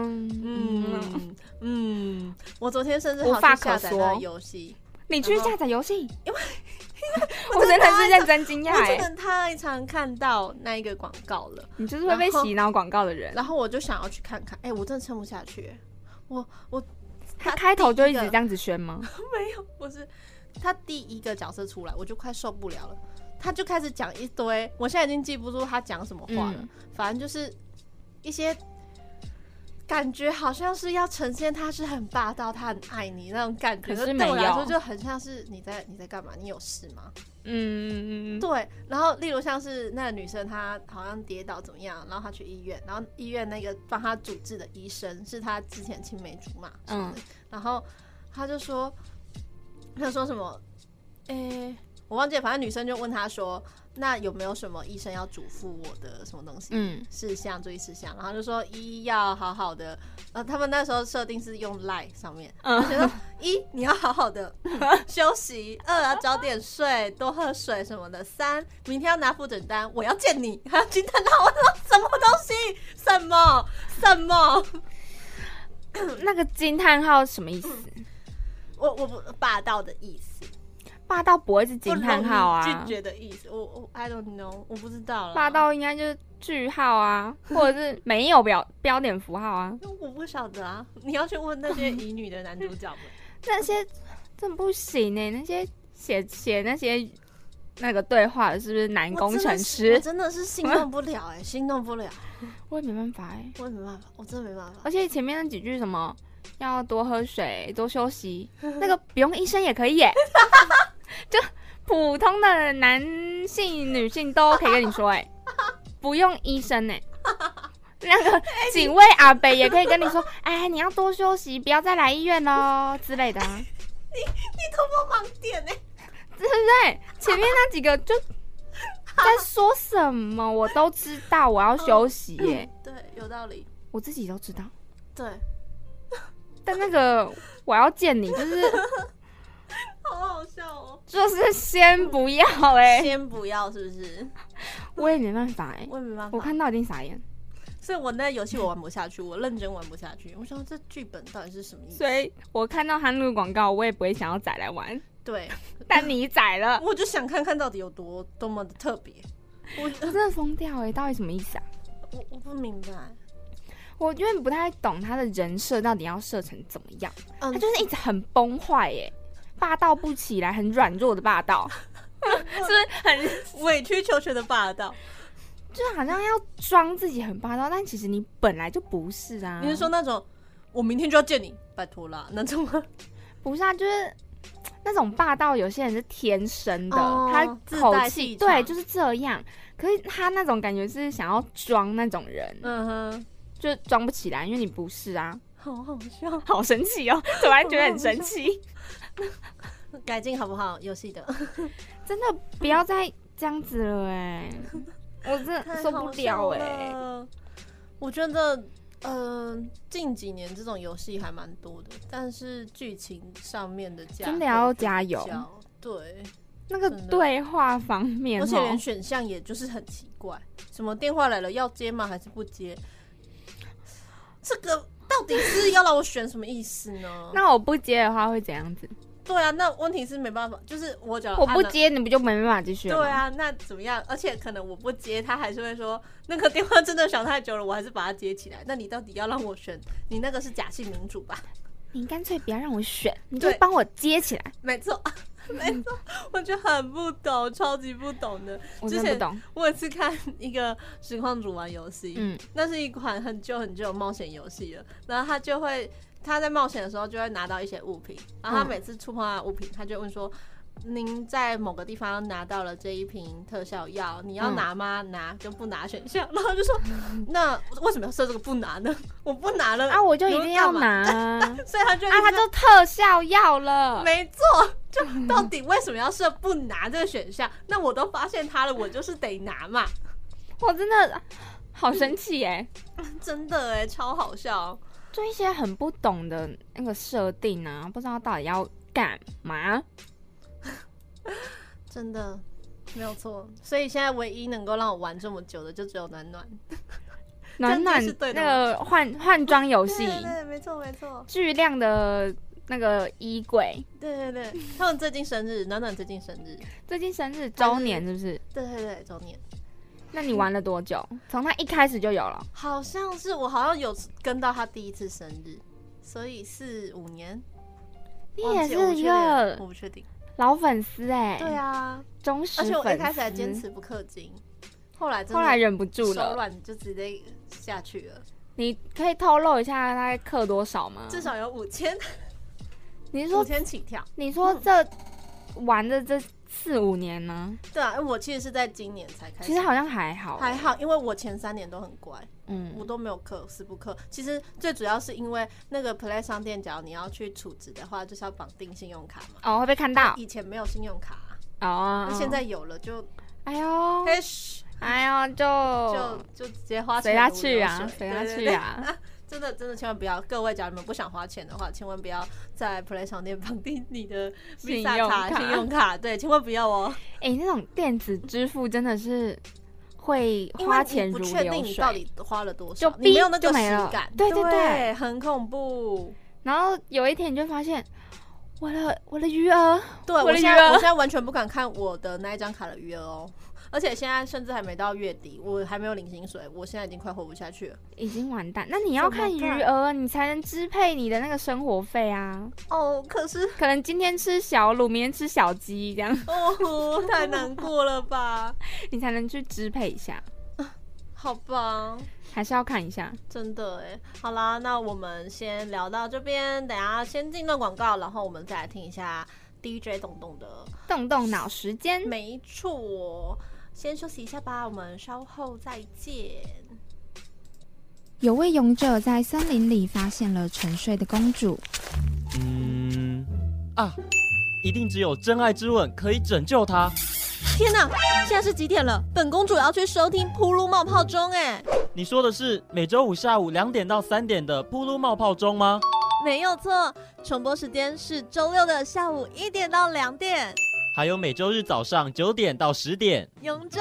[SPEAKER 3] 嗯嗯，
[SPEAKER 2] 嗯嗯，我昨天甚至
[SPEAKER 3] 无
[SPEAKER 2] 好
[SPEAKER 3] 法
[SPEAKER 2] 去
[SPEAKER 3] 可
[SPEAKER 2] 下载那
[SPEAKER 3] 说
[SPEAKER 2] 个游戏。
[SPEAKER 3] 你去下载游 [laughs] 戏，因为我
[SPEAKER 2] 我
[SPEAKER 3] 真
[SPEAKER 2] 真
[SPEAKER 3] 的
[SPEAKER 2] 的
[SPEAKER 3] 是认真惊讶
[SPEAKER 2] 我
[SPEAKER 3] 哎
[SPEAKER 2] 真，的太常看到那一个广告了，
[SPEAKER 3] 你就是会被
[SPEAKER 2] 然后
[SPEAKER 3] 洗脑广告的人。
[SPEAKER 2] 然后我就想要去看看，哎、我真的撑不下去，我我
[SPEAKER 3] 他开头就一直
[SPEAKER 2] 第一
[SPEAKER 3] 这
[SPEAKER 2] 个
[SPEAKER 3] 样子宣吗？
[SPEAKER 2] 没有，我是他第一个角色出来，我就快受不了了，他就开始讲一堆，我现在已经记不住他讲什么话了，
[SPEAKER 3] 嗯
[SPEAKER 2] 反正就是一些。感觉好像是要呈现他是很霸道，他很爱你那种感觉，
[SPEAKER 3] 可是
[SPEAKER 2] 对
[SPEAKER 3] 没
[SPEAKER 2] 我来
[SPEAKER 3] 有
[SPEAKER 2] 说就很像是你在你在干嘛？你有事吗？
[SPEAKER 3] 嗯，嗯嗯嗯
[SPEAKER 2] 对，然后例如像是那个女生，她好像跌倒怎么样，然后她去医院，然后医院那个帮她主治的医生是她之前青梅竹马，嗯，然后她就说，她说什么，诶、我忘记了，反正女生就问她说，那有没有什么医生要嘱咐我的什么东西？
[SPEAKER 3] 嗯，
[SPEAKER 2] 事项注意事项，然后就说一要好好的，呃，他们那时候设定是用 Line 上面，
[SPEAKER 3] 嗯
[SPEAKER 2] 嗯，觉得一你要好
[SPEAKER 3] [laughs]
[SPEAKER 2] 好的休息，二要早点睡，多喝水什么的，三明天要拿复诊单，我要见你，还要惊叹号，我说什么东西，什么什么，
[SPEAKER 3] 那个惊叹号什么意思？
[SPEAKER 2] 我我不霸道的意思，
[SPEAKER 3] 霸道不会是
[SPEAKER 2] 不
[SPEAKER 3] 惊叹号
[SPEAKER 2] 容易
[SPEAKER 3] 啊
[SPEAKER 2] 拒，绝的意思，我我 I don't know，我不知道了，
[SPEAKER 3] 霸，道应该就是句号啊，或者是没有标标点符号啊，
[SPEAKER 2] 我不晓得啊，你要去问那些乙女的男主角们。
[SPEAKER 3] 那些真的不行呢、那些写写那些那个对话的是不是男工程
[SPEAKER 2] 我
[SPEAKER 3] 师？
[SPEAKER 2] 真的是我真的是心动不了哎、 [laughs] 心动不了，
[SPEAKER 3] 我也没办法哎、
[SPEAKER 2] 我也没办法，我真的没办法
[SPEAKER 3] 而。且前面那几句什么要多喝水、多休 [laughs] 息，那个不用医生也可以耶、 [laughs] 就普通的 [laughs] 男性、女性都可以跟你说哎、不用医生哎、那个警卫阿北也可以跟你说，哎，你要多休息，不要再来医院喽之类的、啊，
[SPEAKER 2] [laughs] 你突破盲点欸呢、
[SPEAKER 3] 对不对？前面那几个就 [laughs] 在说什么，我都知道，我要休息耶、
[SPEAKER 2] [laughs]
[SPEAKER 3] [laughs]
[SPEAKER 2] 对，有道理。
[SPEAKER 3] 我自己都知道。
[SPEAKER 2] 对，
[SPEAKER 3] 但那个我要见你，就是
[SPEAKER 2] 好好笑哦。
[SPEAKER 3] 就是先不要哎、
[SPEAKER 2] 先不要，是不是？
[SPEAKER 3] 我也没办法哎、
[SPEAKER 2] 我也没办法。
[SPEAKER 3] 我看到已经傻眼，
[SPEAKER 2] 所以我那游戏我玩不下去，我认真玩不下去。我想这剧本到底是什么意思？
[SPEAKER 3] 所以我看到他那个广告，我也不会想要载来 [laughs] 玩，
[SPEAKER 2] 对，
[SPEAKER 3] 但你载了，
[SPEAKER 2] 我就想看看到底有多多么的特别。
[SPEAKER 3] 我真的疯掉哎、到底什么意思啊？
[SPEAKER 2] [laughs] 我我不明白，
[SPEAKER 3] 我因为不太懂他的人设到底要设成怎么样，
[SPEAKER 2] 嗯
[SPEAKER 3] 他就是一直很崩坏耶、霸道不起来，很软弱的霸道， [laughs] 是不是很
[SPEAKER 2] 委曲求全的霸道。
[SPEAKER 3] [laughs] 就好像要装自己很霸道，但其实你本来就不是啊。
[SPEAKER 2] 你是说那种我明天就要见你，拜托啦那种吗？
[SPEAKER 3] 不是啊？就是那种霸道，有些人是天生的，
[SPEAKER 2] 哦
[SPEAKER 3] 他
[SPEAKER 2] 自
[SPEAKER 3] 口
[SPEAKER 2] 带
[SPEAKER 3] 气
[SPEAKER 2] 气场
[SPEAKER 3] 对就是这样。可是他那种感觉是想要装那种人，
[SPEAKER 2] 嗯哼，
[SPEAKER 3] 就装不起来，因为你不是啊。 [laughs]
[SPEAKER 2] 好好笑，
[SPEAKER 3] 好神奇哦，突然觉得很神奇。
[SPEAKER 2] 改进好不好？游戏的
[SPEAKER 3] 真的不要再这样子了哎、
[SPEAKER 2] [laughs]
[SPEAKER 3] 我真的受不了哎、
[SPEAKER 2] 太好笑了我觉得，呃，近几年这种游戏还蛮多的，但是剧情上面的价
[SPEAKER 3] 真的要
[SPEAKER 2] 格比
[SPEAKER 3] 加油。
[SPEAKER 2] 较对，
[SPEAKER 3] 那个
[SPEAKER 2] 真的
[SPEAKER 3] 对话方面
[SPEAKER 2] 而
[SPEAKER 3] 哦，
[SPEAKER 2] 且连选项也就是很奇怪，什么电话来了要接吗？还是不接？这个到底是要让我选什么意思呢？
[SPEAKER 3] [laughs] 那我不接的话会怎样子？
[SPEAKER 2] 对啊，那问题是没办法，就是我只要
[SPEAKER 3] 我不
[SPEAKER 2] 按了
[SPEAKER 3] 接，你不就没办法继续了吗？
[SPEAKER 2] 哦对啊，那怎么样？而且可能我不接，他还是会说那个电话真的想太久了，我还是把它接起来。那你到底要让我选？你那个是假性民主吧？
[SPEAKER 3] 你干脆不要让我选，你就
[SPEAKER 2] 对
[SPEAKER 3] 帮我接起来。
[SPEAKER 2] 没错， [laughs] 没错，我就很不懂，超级不懂的。
[SPEAKER 3] 我
[SPEAKER 2] 之
[SPEAKER 3] 真的
[SPEAKER 2] 前
[SPEAKER 3] 不懂，
[SPEAKER 2] [laughs] 我有一次看一个实况主玩游戏，
[SPEAKER 3] 嗯，
[SPEAKER 2] 那是一款很旧很旧的冒险游戏了。然后他就会他在冒险的时候就会拿到一些物品，然后他
[SPEAKER 3] 嗯
[SPEAKER 2] 每次触碰到的物品，他就问说：“您在某个地方拿到了这一瓶特效药，你要
[SPEAKER 3] 嗯
[SPEAKER 2] 拿吗？拿就不拿选项。” [laughs] 然后就说：“那为什么要设这个不拿呢？我不拿
[SPEAKER 3] [laughs]
[SPEAKER 2] 了
[SPEAKER 3] 啊，我就一定要
[SPEAKER 2] 你们
[SPEAKER 3] 拿
[SPEAKER 2] 干 [laughs]
[SPEAKER 3] 啊，
[SPEAKER 2] 所以他就
[SPEAKER 3] 啊他就特效药了。
[SPEAKER 2] 没错，就到底为什么要设不拿这个选项？那我都发现他了，我就是得拿嘛。
[SPEAKER 3] 我真的好生气哎、
[SPEAKER 2] 真的哎，超好笑。
[SPEAKER 3] 就一些很不懂的那个设定啊，不知道到底要干嘛。
[SPEAKER 2] 真的没有错。所以现在唯一能够让我玩这么久的，就只有暖暖
[SPEAKER 3] 暖暖
[SPEAKER 2] 这样子是对的
[SPEAKER 3] 那
[SPEAKER 2] 吗
[SPEAKER 3] 个换换装游戏，
[SPEAKER 2] 对，没错没错，
[SPEAKER 3] 巨量的那个衣柜，
[SPEAKER 2] 对对对，他们最近生日，暖暖最近生日，
[SPEAKER 3] 最近生日周年是不是？
[SPEAKER 2] 对对对，周年，
[SPEAKER 3] 那你玩了多久？从他一开始就有了，
[SPEAKER 2] 好像是我好像有跟到他第一次生日，所以是五年。
[SPEAKER 3] 你
[SPEAKER 2] 忘
[SPEAKER 3] 也
[SPEAKER 2] 记我不
[SPEAKER 3] 是一
[SPEAKER 2] 确定我
[SPEAKER 3] 个
[SPEAKER 2] 不确定。
[SPEAKER 3] 老粉丝哎、
[SPEAKER 2] 对，啊，
[SPEAKER 3] 忠实
[SPEAKER 2] 而且我一
[SPEAKER 3] 粉
[SPEAKER 2] 开始还
[SPEAKER 3] 丝
[SPEAKER 2] 坚，持不氪金，后来真的
[SPEAKER 3] 后来忍不住
[SPEAKER 2] 手
[SPEAKER 3] 了。
[SPEAKER 2] 软就直接下去了，
[SPEAKER 3] 你可以透露一下大概氪多少吗？
[SPEAKER 2] 至少有嗯五千
[SPEAKER 3] 你是
[SPEAKER 2] 五
[SPEAKER 3] 说
[SPEAKER 2] 千起跳。
[SPEAKER 3] 你说这玩的这四五年呢？
[SPEAKER 2] 对啊，我其实是在今年才开始，
[SPEAKER 3] 其实好像还好，
[SPEAKER 2] 还好，因为我前三年都很乖。我
[SPEAKER 3] 嗯，
[SPEAKER 2] 都没有氪，死不氪。其实最主要是因为那个 Play 商店，假如你要去储值的话，就是要绑定信用卡嘛。
[SPEAKER 3] 哦会被看到
[SPEAKER 2] 以前没有信用卡啊、
[SPEAKER 3] 哦
[SPEAKER 2] 那、。现在有了就，
[SPEAKER 3] 哎呦
[SPEAKER 2] 嘿嘘
[SPEAKER 3] 哎呦
[SPEAKER 2] 就
[SPEAKER 3] 就
[SPEAKER 2] 就直接花钱
[SPEAKER 3] 随他去啊
[SPEAKER 2] 如，流水
[SPEAKER 3] 随他
[SPEAKER 2] 对对
[SPEAKER 3] 去
[SPEAKER 2] 对
[SPEAKER 3] 啊。
[SPEAKER 2] 真的真的千万不要，各位，假如你们不想花钱的话，千万不要在 Play 商店绑定你的 Visa
[SPEAKER 3] 信用
[SPEAKER 2] 卡、
[SPEAKER 3] 卡
[SPEAKER 2] 信用卡，对，千万不要哦。
[SPEAKER 3] [laughs] 哎、那种电子支付真的是会
[SPEAKER 2] 因为
[SPEAKER 3] 花
[SPEAKER 2] 你
[SPEAKER 3] 钱如
[SPEAKER 2] 不确定
[SPEAKER 3] 流
[SPEAKER 2] 你到
[SPEAKER 3] 水。
[SPEAKER 2] 底花了多
[SPEAKER 3] 就
[SPEAKER 2] 少，你
[SPEAKER 3] 哔
[SPEAKER 2] 没有那
[SPEAKER 3] 就
[SPEAKER 2] 个
[SPEAKER 3] 没
[SPEAKER 2] 实
[SPEAKER 3] 了
[SPEAKER 2] 感，
[SPEAKER 3] 对对对
[SPEAKER 2] 对，很恐怖。
[SPEAKER 3] 然后有一天你就发现，我的我的余额，
[SPEAKER 2] 对
[SPEAKER 3] 我
[SPEAKER 2] 我
[SPEAKER 3] 的
[SPEAKER 2] 现
[SPEAKER 3] 余
[SPEAKER 2] 在
[SPEAKER 3] 额
[SPEAKER 2] 我现在完全不敢看我的那一张卡的余额哦，而且现在甚至还没到月底，我还没有领薪水，我现在已经快活不下去了。
[SPEAKER 3] 已经完蛋。那你要看余
[SPEAKER 2] 怎么
[SPEAKER 3] 额，你才能支配你的那个生活费啊。
[SPEAKER 2] 哦，可是
[SPEAKER 3] 可能今天吃小卤，明天吃小鸡，这样 [laughs]
[SPEAKER 2] [laughs] 哦，太难过了吧？
[SPEAKER 3] 你才能去支配一下，
[SPEAKER 2] [laughs] 好吧，
[SPEAKER 3] 还是要看一下。
[SPEAKER 2] 真的哎。好啦，那我们先聊到这边，等一下先进段广告，然后我们再来听一下 DJ 董董的。
[SPEAKER 3] 动动脑时间，
[SPEAKER 2] 没错，先休息一下吧，我们稍后再见。
[SPEAKER 1] 有位勇者在森林里发现了沉睡的公主，
[SPEAKER 4] 嗯，啊，一定只有真爱之吻可以拯救她。
[SPEAKER 2] 天哪，现在是几点了？本公主要去收听《噗噜冒泡钟》哎，
[SPEAKER 4] 你说的是每周五下午两点到三点的噗噜冒泡钟吗？
[SPEAKER 2] 没有错，重播时间是周六的下午一点到两点。
[SPEAKER 4] 还有每周日早上九点到十点。
[SPEAKER 2] 勇者，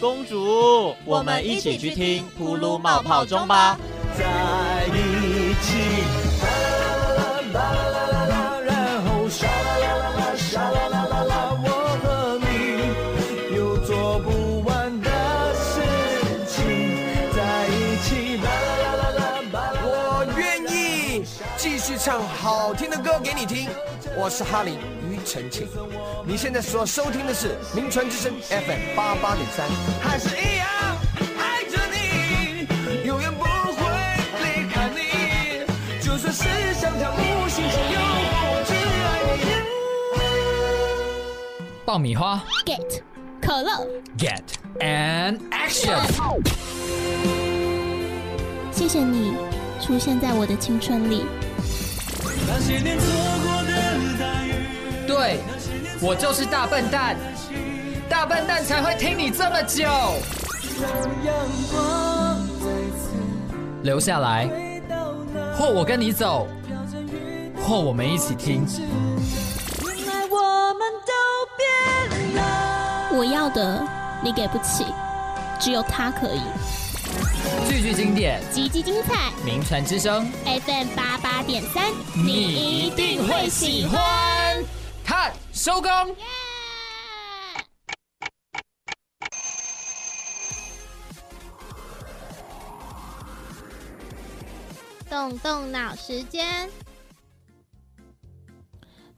[SPEAKER 4] 公主，我们一起去听噗噜冒泡钟吧。
[SPEAKER 5] 在一起。巴啦啦啦啦，然后沙啦啦啦啦，沙啦啦啦啦，我和你有做不完的事情，在一起。巴啦啦啦啦，巴啦啦啦啦
[SPEAKER 6] 我愿意继续唱好听的歌给你听。我是哈林庾澄庆，你现在所收听的是名传之声 FM 八八点三，还是一样爱着你，永远不会离开你，就算是想跳舞，心情有我只爱你。
[SPEAKER 7] 爆米花
[SPEAKER 8] Get 可乐，
[SPEAKER 7] ，Get and Action！
[SPEAKER 8] 谢谢你出现在我的青春里。
[SPEAKER 5] 那些年错过的大雨，
[SPEAKER 7] 对，我就是大笨蛋，大笨蛋才会听你这么久。留下来，或我跟你走，或我们一起听。
[SPEAKER 2] 原来我们都变了。
[SPEAKER 8] 我要的你给不起，只有他可以。
[SPEAKER 7] 句句经典，
[SPEAKER 8] 极其精彩
[SPEAKER 7] 名传之声，
[SPEAKER 8] ，FM 八八点三，
[SPEAKER 7] 你一定会喜欢。看，收工。
[SPEAKER 8] 动动脑时间。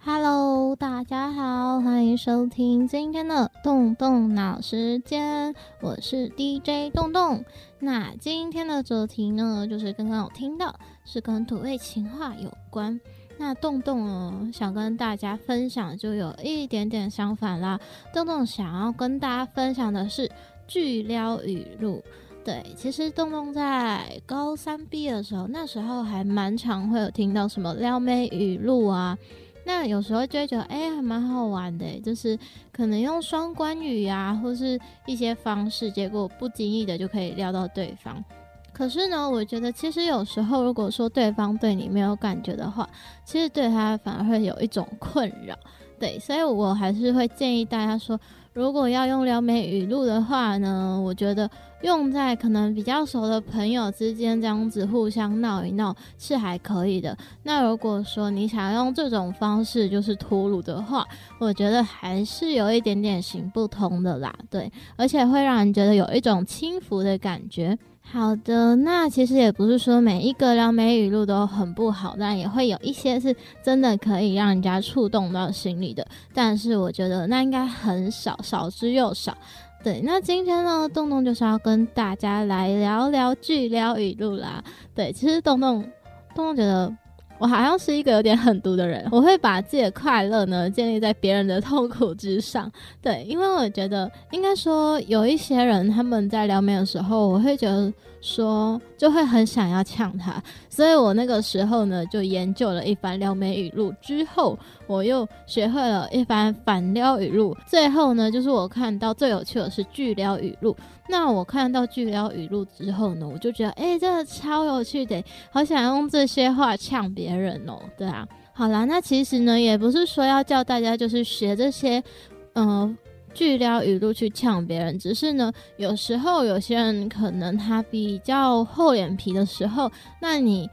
[SPEAKER 8] Hello，大家好，欢迎收听今天的动动脑时间，我是 DJ 动动。那今天的主题呢，就是刚刚有听到是跟土味情话有关。那洞洞呢，想跟大家分享就有一点点相反啦。洞洞想要跟大家分享的是巨撩语录。对，其实洞洞在高三毕业的时候，那时候还蛮常会有听到什么撩妹语录啊。那有时候就会觉得，哎、还蛮好玩的耶，欸就是可能用双关语啊，或是一些方式，结果不经意的就可以撩到对方。可是呢，我觉得其实有时候，如果说对方对你没有感觉的话，其实对他反而会有一种困扰。对，所以我还是会建议大家说，如果要用撩妹语录的话呢，我觉得用在可能比较熟的朋友之间这样子互相闹一闹是还可以的。那如果说你想用这种方式就是吐鲁的话，我觉得还是有一点点行不通的啦。对，而且会让人觉得有一种轻浮的感觉。好的，那其实也不是说每一个撩妹语录都很不好，但也会有一些是真的可以让人家触动到心里的。但是我觉得那应该很少，少之又少。对，那今天呢，洞洞就是要跟大家来聊聊巨撩语录啦。对，其实洞洞，洞洞觉得我好像是一个有点狠毒的人，我会把自己的快乐呢建立在别人的痛苦之上。对，因为我觉得应该说有一些人他们在撩妹的时候，我会觉得说就会很想要呛他，所以我那个时候呢就研究了一番撩妹语录，之后我又学会了一番反撩语录，最后呢就是我看到最有趣的是巨撩语录。那我看到巨撩语录之后呢，我就觉得哎、真的超有趣的，好想用这些话呛别人哦。对啊，好啦，那其实呢也不是说要叫大家就是学这些嗯，巨撩语录去呛别人，只是呢，有时候有些人可能他比较厚脸皮的时候，那你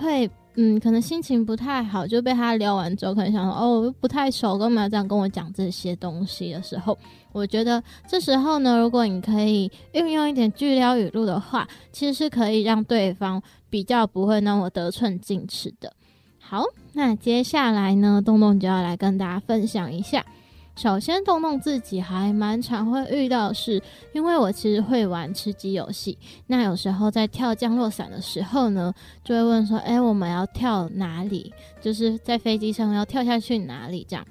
[SPEAKER 8] 会嗯，可能心情不太好，就被他撩完之后，可能想说哦，我又不太熟，干嘛这样跟我讲这些东西的时候，我觉得这时候呢，如果你可以运呃用一点巨撩语录的话，其实是可以让对方比较不会那么得寸进尺的。好，那接下来呢，东东就要来跟大家分享一下。首先，洞洞自己还蛮常会遇到的是，因为我其实会玩吃鸡游戏，那有时候在跳降落伞的时候呢，就会问说：“哎、我们要跳哪里？就是在飞机上要跳下去哪里？”这样。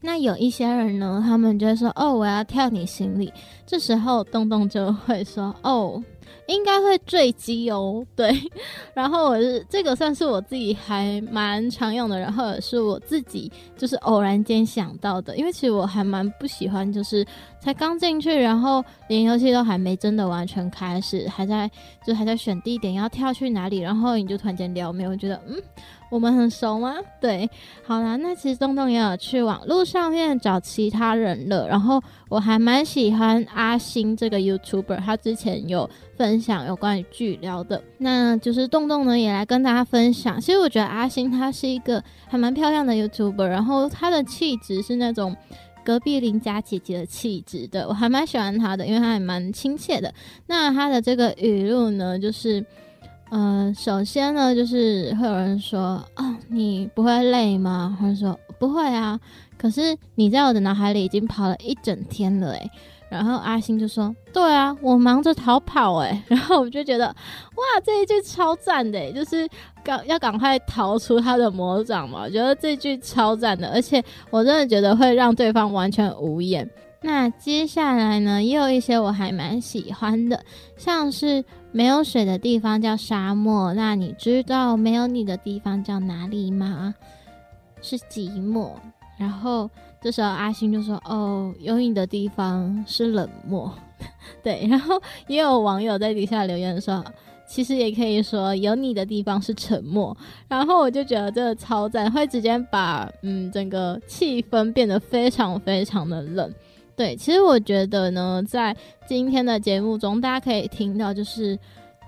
[SPEAKER 8] 那有一些人呢，他们就会说：“哦，我要跳你行李。”这时候洞洞就会说：“哦，应该会坠机哦。 [laughs] 对，然后我是这个算是我自己还蛮常用的，然后也是我自己就是偶然间想到的，因为其实我还蛮不喜欢，就是才刚进去，然后连游戏都还没真的完全开始，还在就还在选地点要跳去哪里，然后你就突然间聊没有，我觉得嗯。我们很熟吗？对，好啦，那其实东东也有去网络上面找其他人了，然后我还蛮喜欢阿星这个 YouTuber，他之前有分享有关于剧聊的，那就是洞洞呢也来跟大家分享。其实我觉得阿星她是一个还蛮漂亮的 YouTuber，然后她的气质是那种。隔壁邻家姐姐的气质的，我还蛮喜欢她的，因为她还蛮亲切的。那她的这个语录呢，就是呃，首先呢，就是会有人说：“哦，你不会累吗？”或者说：“不会啊。”可是你在我的脑海里已经跑了一整天了，诶。然后阿星就说：“对啊，我忙着逃跑，诶。”然后我就觉得，哇，这一句超赞的，诶，就是赶要赶快逃出他的魔掌嘛。我觉得这句超赞的，而且我真的觉得会让对方完全无言。那接下来呢，也有一些我还蛮喜欢的，像是没有水的地方叫沙漠，那你知道没有你的地方叫哪里吗？是寂寞。然后这时候阿星就说：“哦，有你的地方是冷漠。” [laughs] 对，然后也有网友在底下留言说。其实也可以说，有你的地方是沉默。然后我就觉得这个超赞，会直接把嗯整个气氛变得非常非常的冷。对，其实我觉得呢，在今天的节目中，大家可以听到，就是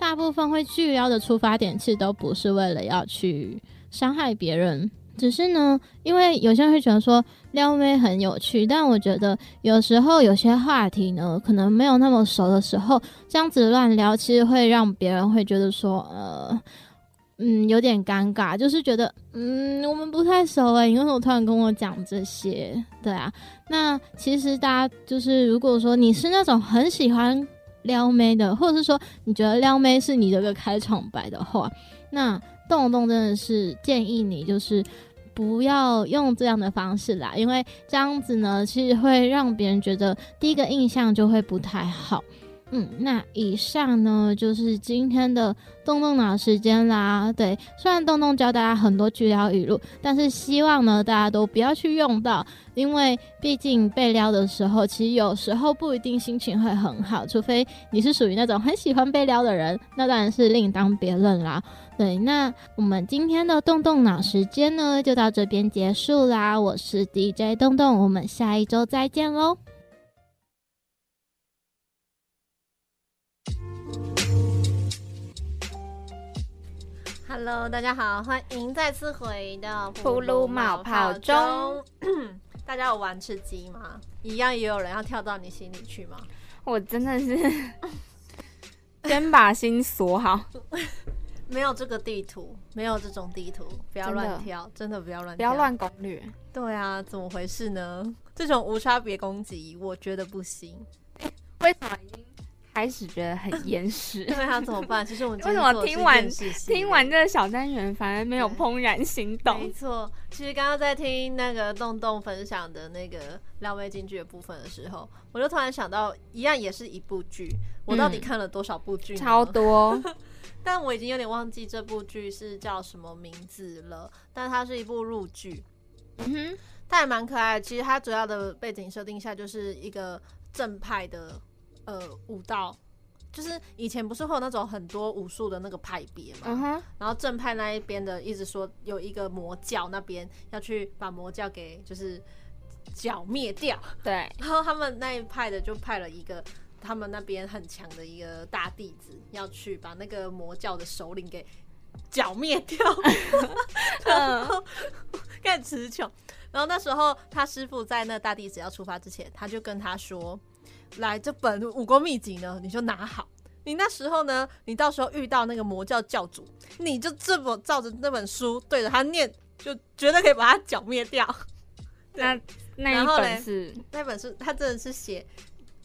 [SPEAKER 8] 大部分会聚邀的出发点，其实都不是为了要去伤害别人，只是呢，因为有些人会觉得说撩妹很有趣，但我觉得有时候有些话题呢，可能没有那么熟的时候，这样子乱聊，其实会让别人会觉得说，呃。嗯，有点尴尬，就是觉得，嗯，我们不太熟哎、你为什么突然跟我讲这些？对啊，那其实大家就是，如果说你是那种很喜欢撩妹的，或者是说你觉得撩妹是你的一个开场白的话，那动不动真的是建议你就是不要用这样的方式啦，因为这样子呢，其实会让别人觉得第一个印象就会不太好。嗯，那以上呢就是今天的动动脑时间啦。对，虽然动动教大家很多句聊语录，但是希望呢大家都不要去用到，因为毕竟被撩的时候，其实有时候不一定心情会很好，除非你是属于那种很喜欢被撩的人，那当然是另当别论啦。对，那我们今天的动动脑时间呢，就到这边结束啦。我是 DJ 动动，我们下一周再见喽。
[SPEAKER 2] Hello，大家好，欢迎再次回到
[SPEAKER 3] 噗噜冒泡中。
[SPEAKER 2] [coughs] 大家有玩吃鸡吗？一样也有人要跳到你心里去吗？
[SPEAKER 3] 我真的是 [laughs] 先把心
[SPEAKER 1] [laughs]
[SPEAKER 3] 锁好，
[SPEAKER 2] 没有这个地图，没有这种地图，不要
[SPEAKER 3] 真的
[SPEAKER 2] 乱跳，真的不要乱，
[SPEAKER 3] 不要。乱攻略。
[SPEAKER 2] 对啊，怎么回事呢？这种无差别攻击，我觉得不 [laughs] 行。
[SPEAKER 3] 为什么已经开始觉得很厌世
[SPEAKER 1] [laughs]
[SPEAKER 2] 对？啊，怎么办？其实我们今
[SPEAKER 3] 为
[SPEAKER 2] 天
[SPEAKER 3] 什么
[SPEAKER 2] 做的是
[SPEAKER 3] 听
[SPEAKER 2] 一
[SPEAKER 3] 完
[SPEAKER 2] 件事情
[SPEAKER 3] 听完这个小单元，反而没有怦然心
[SPEAKER 2] 没
[SPEAKER 3] 动。
[SPEAKER 2] 错，其实刚刚在听那个洞洞分享的那个撩妹金句的部分的时候，我就突然想到，一样也是一部剧，我到底
[SPEAKER 3] 嗯
[SPEAKER 2] 看了多少部剧、
[SPEAKER 1] [laughs]
[SPEAKER 3] 超，多，
[SPEAKER 2] 但我已经有点忘记这部剧是叫什么名字了。但它是一部陆剧，
[SPEAKER 3] 嗯哼，
[SPEAKER 2] 它也蛮可爱的。其实它主要的背景设定下就是一个正派的呃武道，就是以前不是会有那种很多武术的那个派别嘛，
[SPEAKER 3] 嗯哼，
[SPEAKER 2] 然后正派那一边的一直说有一个魔教那边要去把魔教给就是剿灭掉，
[SPEAKER 3] 对，
[SPEAKER 2] 然后他们那一派的就派了一个他们那边很强的一个大弟子要去把那个魔教的首领给 [laughs] 剿灭掉， [laughs] 然后干词穷。然后那时候他师傅在那大弟子要出发之前，他就跟他说：“来，这本武功秘籍呢，你就拿好。”你那时候呢？你到时候遇到那个魔教教主，你就这么照着那本书对着他念，就绝对可以把他剿灭掉。
[SPEAKER 3] 那那
[SPEAKER 2] 然
[SPEAKER 3] 一
[SPEAKER 2] 后嘞
[SPEAKER 3] 本是，
[SPEAKER 2] 那本书他真的是写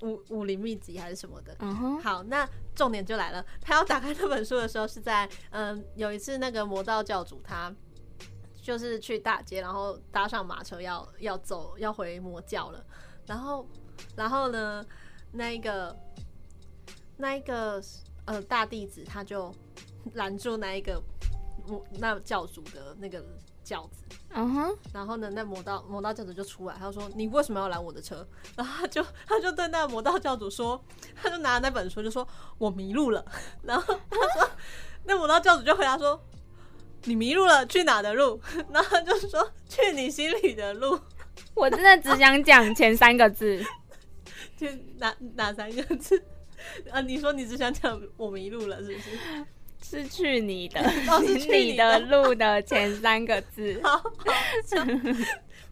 [SPEAKER 2] 武武林秘籍还是什么的。
[SPEAKER 3] 嗯哼，
[SPEAKER 2] 好，那重点就来了，他要打开那本书的时候是在嗯，有一次那个魔道教主他就是去大街，然后搭上马车要要走要回魔教了，然后然后呢，那一个那一个呃大弟子他就拦住那一个魔那教主的那个轿子，
[SPEAKER 3] 嗯哼，
[SPEAKER 2] 然后呢，那魔道魔道教主就出来，他说：“你为什么要拦我的车？”然后他就他就对那魔道教主说，他就拿那本书就说：“我迷路了。”然后他说， [laughs] 那魔道教主就回答说：“你迷路了，去哪的路？”然后他就说：“去你心里的路。
[SPEAKER 3] 我真的只想讲前三个字，”
[SPEAKER 2] 去哪哪三个字？ [laughs] 啊，你说你只想讲我迷路了，是不 [laughs] 是？
[SPEAKER 3] 是去你 [laughs] 的，
[SPEAKER 2] 哦是去你的
[SPEAKER 3] 你路的前三个 [laughs] 字。
[SPEAKER 2] 好好笑。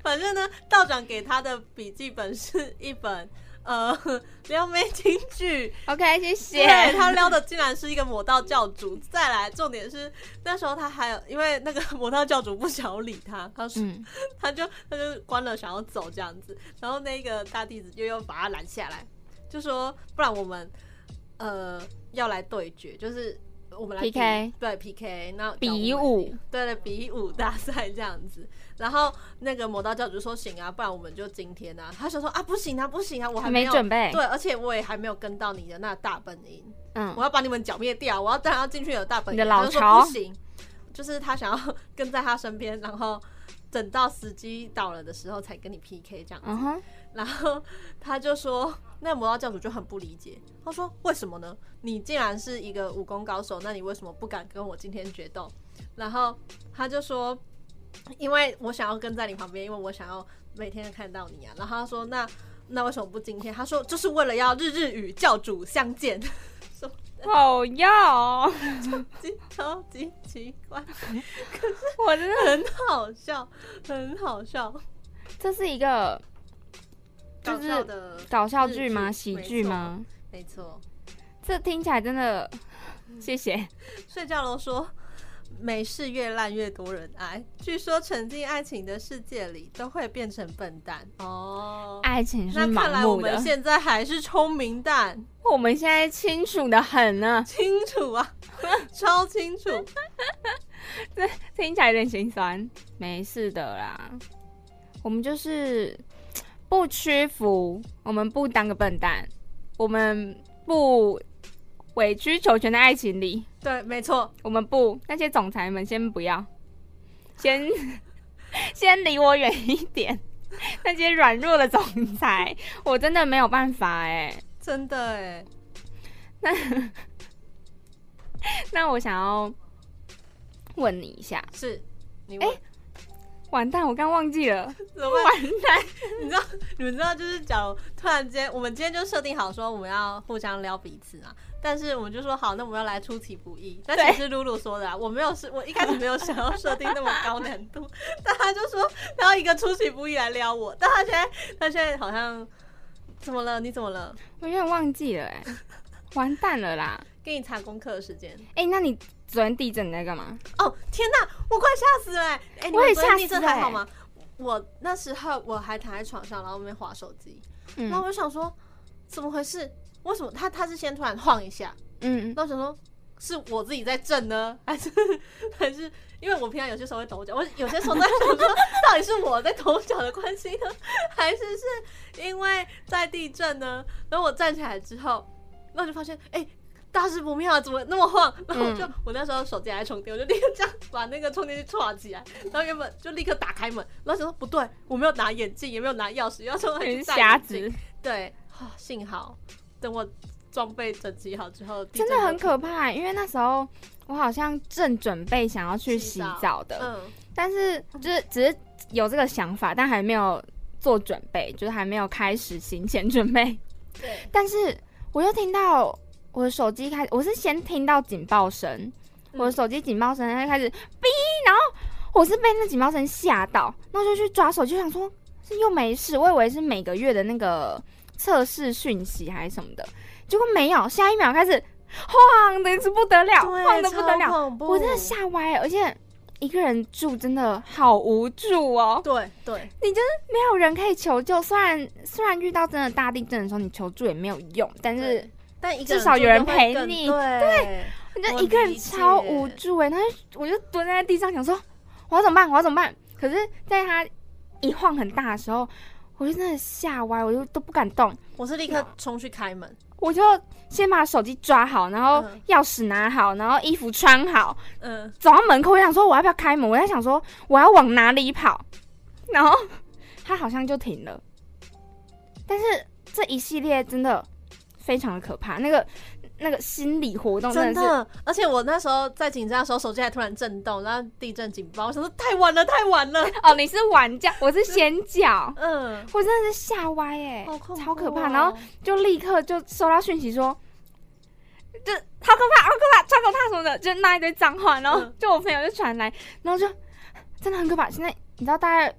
[SPEAKER 2] 反正呢，道长给他的笔记本是一本呃 [laughs] 撩妹金句，
[SPEAKER 3] [laughs] OK，谢
[SPEAKER 2] 对
[SPEAKER 3] 谢。
[SPEAKER 2] 他撩的竟然是一个魔道教主。再来，重点是那时候他还有，因为那个魔道教主不想理他，他说、
[SPEAKER 8] 嗯
[SPEAKER 2] 他就他就关了，想要走这样子。然后那个大弟子就又把他拦下来，就说不然我们呃要来对决，就是我们来比
[SPEAKER 3] PK
[SPEAKER 2] 对 PK 那
[SPEAKER 3] 比武，
[SPEAKER 2] 对对比武大赛这样子。然后那个魔道教主说行啊，不然我们就今天啊。他想说啊不行啊不行啊，我还
[SPEAKER 3] 没
[SPEAKER 2] 有
[SPEAKER 3] 准备
[SPEAKER 2] 对，而且我也还没有跟到你的那大本营。
[SPEAKER 3] 嗯
[SPEAKER 2] 我，要把你们剿灭掉，我要带他进去有大本营。
[SPEAKER 3] 你的老
[SPEAKER 2] 他就说
[SPEAKER 3] 巢
[SPEAKER 2] 不行，就是他想要跟在他身边，然后等到时机到了的时候才跟你 PK 这样子。
[SPEAKER 3] 嗯哼，
[SPEAKER 2] 然后他就说，那魔道教主就很不理解，他说为什么呢？你既然是一个武功高手，那你为什么不敢跟我今天决斗？然后他就说，因为我想要跟在你旁边，因为我想要每天看到你啊。然后他说，那那为什么不今天？他说就是为了要日日与教主相见。 [laughs]
[SPEAKER 3] 好要哦，
[SPEAKER 2] 超级奇怪，
[SPEAKER 3] 我真的，
[SPEAKER 2] 很好笑，很好笑，
[SPEAKER 3] [laughs] 这是一个就
[SPEAKER 2] 搞
[SPEAKER 3] 是
[SPEAKER 2] 笑的，
[SPEAKER 3] 搞笑剧吗？
[SPEAKER 2] 日剧
[SPEAKER 3] 喜剧吗？
[SPEAKER 2] 没错。
[SPEAKER 3] 这听起来真的，谢谢。
[SPEAKER 2] 睡觉楼说，美式越烂越多人爱，据说沉浸爱情的世界里都会变成笨蛋哦。
[SPEAKER 3] 爱情是
[SPEAKER 2] 那看来
[SPEAKER 3] 盲
[SPEAKER 2] 我
[SPEAKER 3] 目的
[SPEAKER 2] 们，现在还是聪明蛋，
[SPEAKER 3] 我们现在清楚的很呢，
[SPEAKER 2] 清楚 [laughs] 啊，超清楚。
[SPEAKER 3] 听起来有点心酸。没事的啦，我们就是不屈服，我们不当个笨蛋，我们不委曲求全的爱情里，
[SPEAKER 2] 对，没错，
[SPEAKER 3] 我们不那些总裁们先不要，先 [laughs] 先离我远一点。那些软弱的总裁，我真的没有办法哎、
[SPEAKER 2] 真的哎，
[SPEAKER 3] 那 [laughs] 那我想要问你一下，
[SPEAKER 2] 是。你哎、
[SPEAKER 3] 完蛋，我刚忘记了，
[SPEAKER 2] 怎么办？你知道，你们知道，就是假如突然间，我们今天就设定好说我们要互相撩彼此啊，但是我们就说好，那我们要来出其不意。但其实露露说的啊，我没有是，我一开始没有想要设定那么高难度，但他就说他要一个出其不意来撩我，但他现在他现在好像怎么了？你怎么了？
[SPEAKER 3] 我有点忘记了 [laughs] 哎、完蛋了啦！
[SPEAKER 2] 给你查功课的时间
[SPEAKER 3] 哎、那你昨天地震你在干嘛？
[SPEAKER 2] 哦！天哪，我快吓死了、欸！哎、你
[SPEAKER 3] 我也
[SPEAKER 2] 们昨天
[SPEAKER 3] 吓
[SPEAKER 2] 地震
[SPEAKER 3] 死
[SPEAKER 2] 还
[SPEAKER 3] 欸
[SPEAKER 2] 好吗？我那时候我还躺在床上，然后没划手机，
[SPEAKER 3] 嗯
[SPEAKER 2] 然后我就想说，怎么回事？为什么他他是先突然晃一下？
[SPEAKER 3] 嗯，
[SPEAKER 2] 然后我想说，是我自己在震呢，还是还是因为我平常有些时候会抖脚，我有些时候在想说， [laughs] 到底是我在抖脚的关系呢，还是是因为在地震呢？然后我站起来之后，然后就发现，哎、大事不妙，啊怎么那么晃？然后我
[SPEAKER 3] 嗯
[SPEAKER 2] 就、我那时候手机还在充电，我就立刻这样把那个充电器歘起来，然后原本就立刻打开门，然后想说不对，我没有拿眼镜，也没有拿钥匙，要从
[SPEAKER 3] 你是
[SPEAKER 2] 很
[SPEAKER 3] 瞎子，，
[SPEAKER 2] 对，啊幸好等我装备整齐好之后，地
[SPEAKER 3] 真的
[SPEAKER 2] 震
[SPEAKER 3] 很
[SPEAKER 2] 就停
[SPEAKER 3] 可怕、欸因为那时候我好像正准备想要去洗
[SPEAKER 2] 洗澡
[SPEAKER 3] 澡的，
[SPEAKER 2] 嗯，
[SPEAKER 3] 但是就是只是有这个想法，但还没有做准备，就是还没有开始行前准备。
[SPEAKER 2] 对，
[SPEAKER 3] 但是我又听到我的手机开，我是先听到警报声，
[SPEAKER 2] 嗯
[SPEAKER 3] 我的手机警报声它就开始哔，然后我是被那警报声吓到，那我就去抓手机，想说是又没事，我以为是每个月的那个测试讯息还是什么的，结果没有，下一秒开始晃的是不得了，
[SPEAKER 2] 对
[SPEAKER 3] 啊晃的不得
[SPEAKER 2] 超
[SPEAKER 3] 了，
[SPEAKER 2] 恐怖
[SPEAKER 3] 我真的吓歪了，而且。一个人住真的好无助哦，
[SPEAKER 2] 对对，
[SPEAKER 3] 你就是没有人可以求救。虽然虽然遇到真的大地震的时候，你求助也没有用，但是
[SPEAKER 2] 对但一个
[SPEAKER 3] 至少
[SPEAKER 2] 住
[SPEAKER 3] 有人
[SPEAKER 2] 就会
[SPEAKER 3] 陪
[SPEAKER 2] 更
[SPEAKER 3] 你
[SPEAKER 2] 对
[SPEAKER 3] 我就
[SPEAKER 2] 我
[SPEAKER 3] 一个人
[SPEAKER 2] 理解
[SPEAKER 3] 超无助哎、然后我就蹲在地上想说，我要怎么办？我要怎么办？可是，在他一晃很大的时候，我就真的吓歪，我就都不敢动，
[SPEAKER 2] 我是立刻
[SPEAKER 3] 啊
[SPEAKER 2] 冲去开门，
[SPEAKER 3] 我就先把手机抓好，然后
[SPEAKER 2] 嗯
[SPEAKER 3] 钥匙拿好，然后衣服穿好，
[SPEAKER 2] 嗯，
[SPEAKER 3] 走到门口，我想说我要不要开门，我在想说我要往哪里跑，然后他好像就停了。但是这一系列真的非常的可怕，那个那个心理活动真
[SPEAKER 2] 真
[SPEAKER 3] 的是
[SPEAKER 2] 的，而且我那时候在紧张的时候，手机还突然震动，然后地震警报，我想说太晚了，太晚了，，
[SPEAKER 3] 哦，你是晚叫，我是先叫
[SPEAKER 2] [laughs] 嗯，
[SPEAKER 3] 我真的是吓歪哎、
[SPEAKER 2] 好恐怖哦
[SPEAKER 3] 超可怕，然后就立刻就收到讯息说。就好可怕，好可怕，穿手帕什么的，就那一堆脏话，然后
[SPEAKER 2] 嗯
[SPEAKER 3] 就我朋友就传来，然后就真的很可怕。现在你知道大概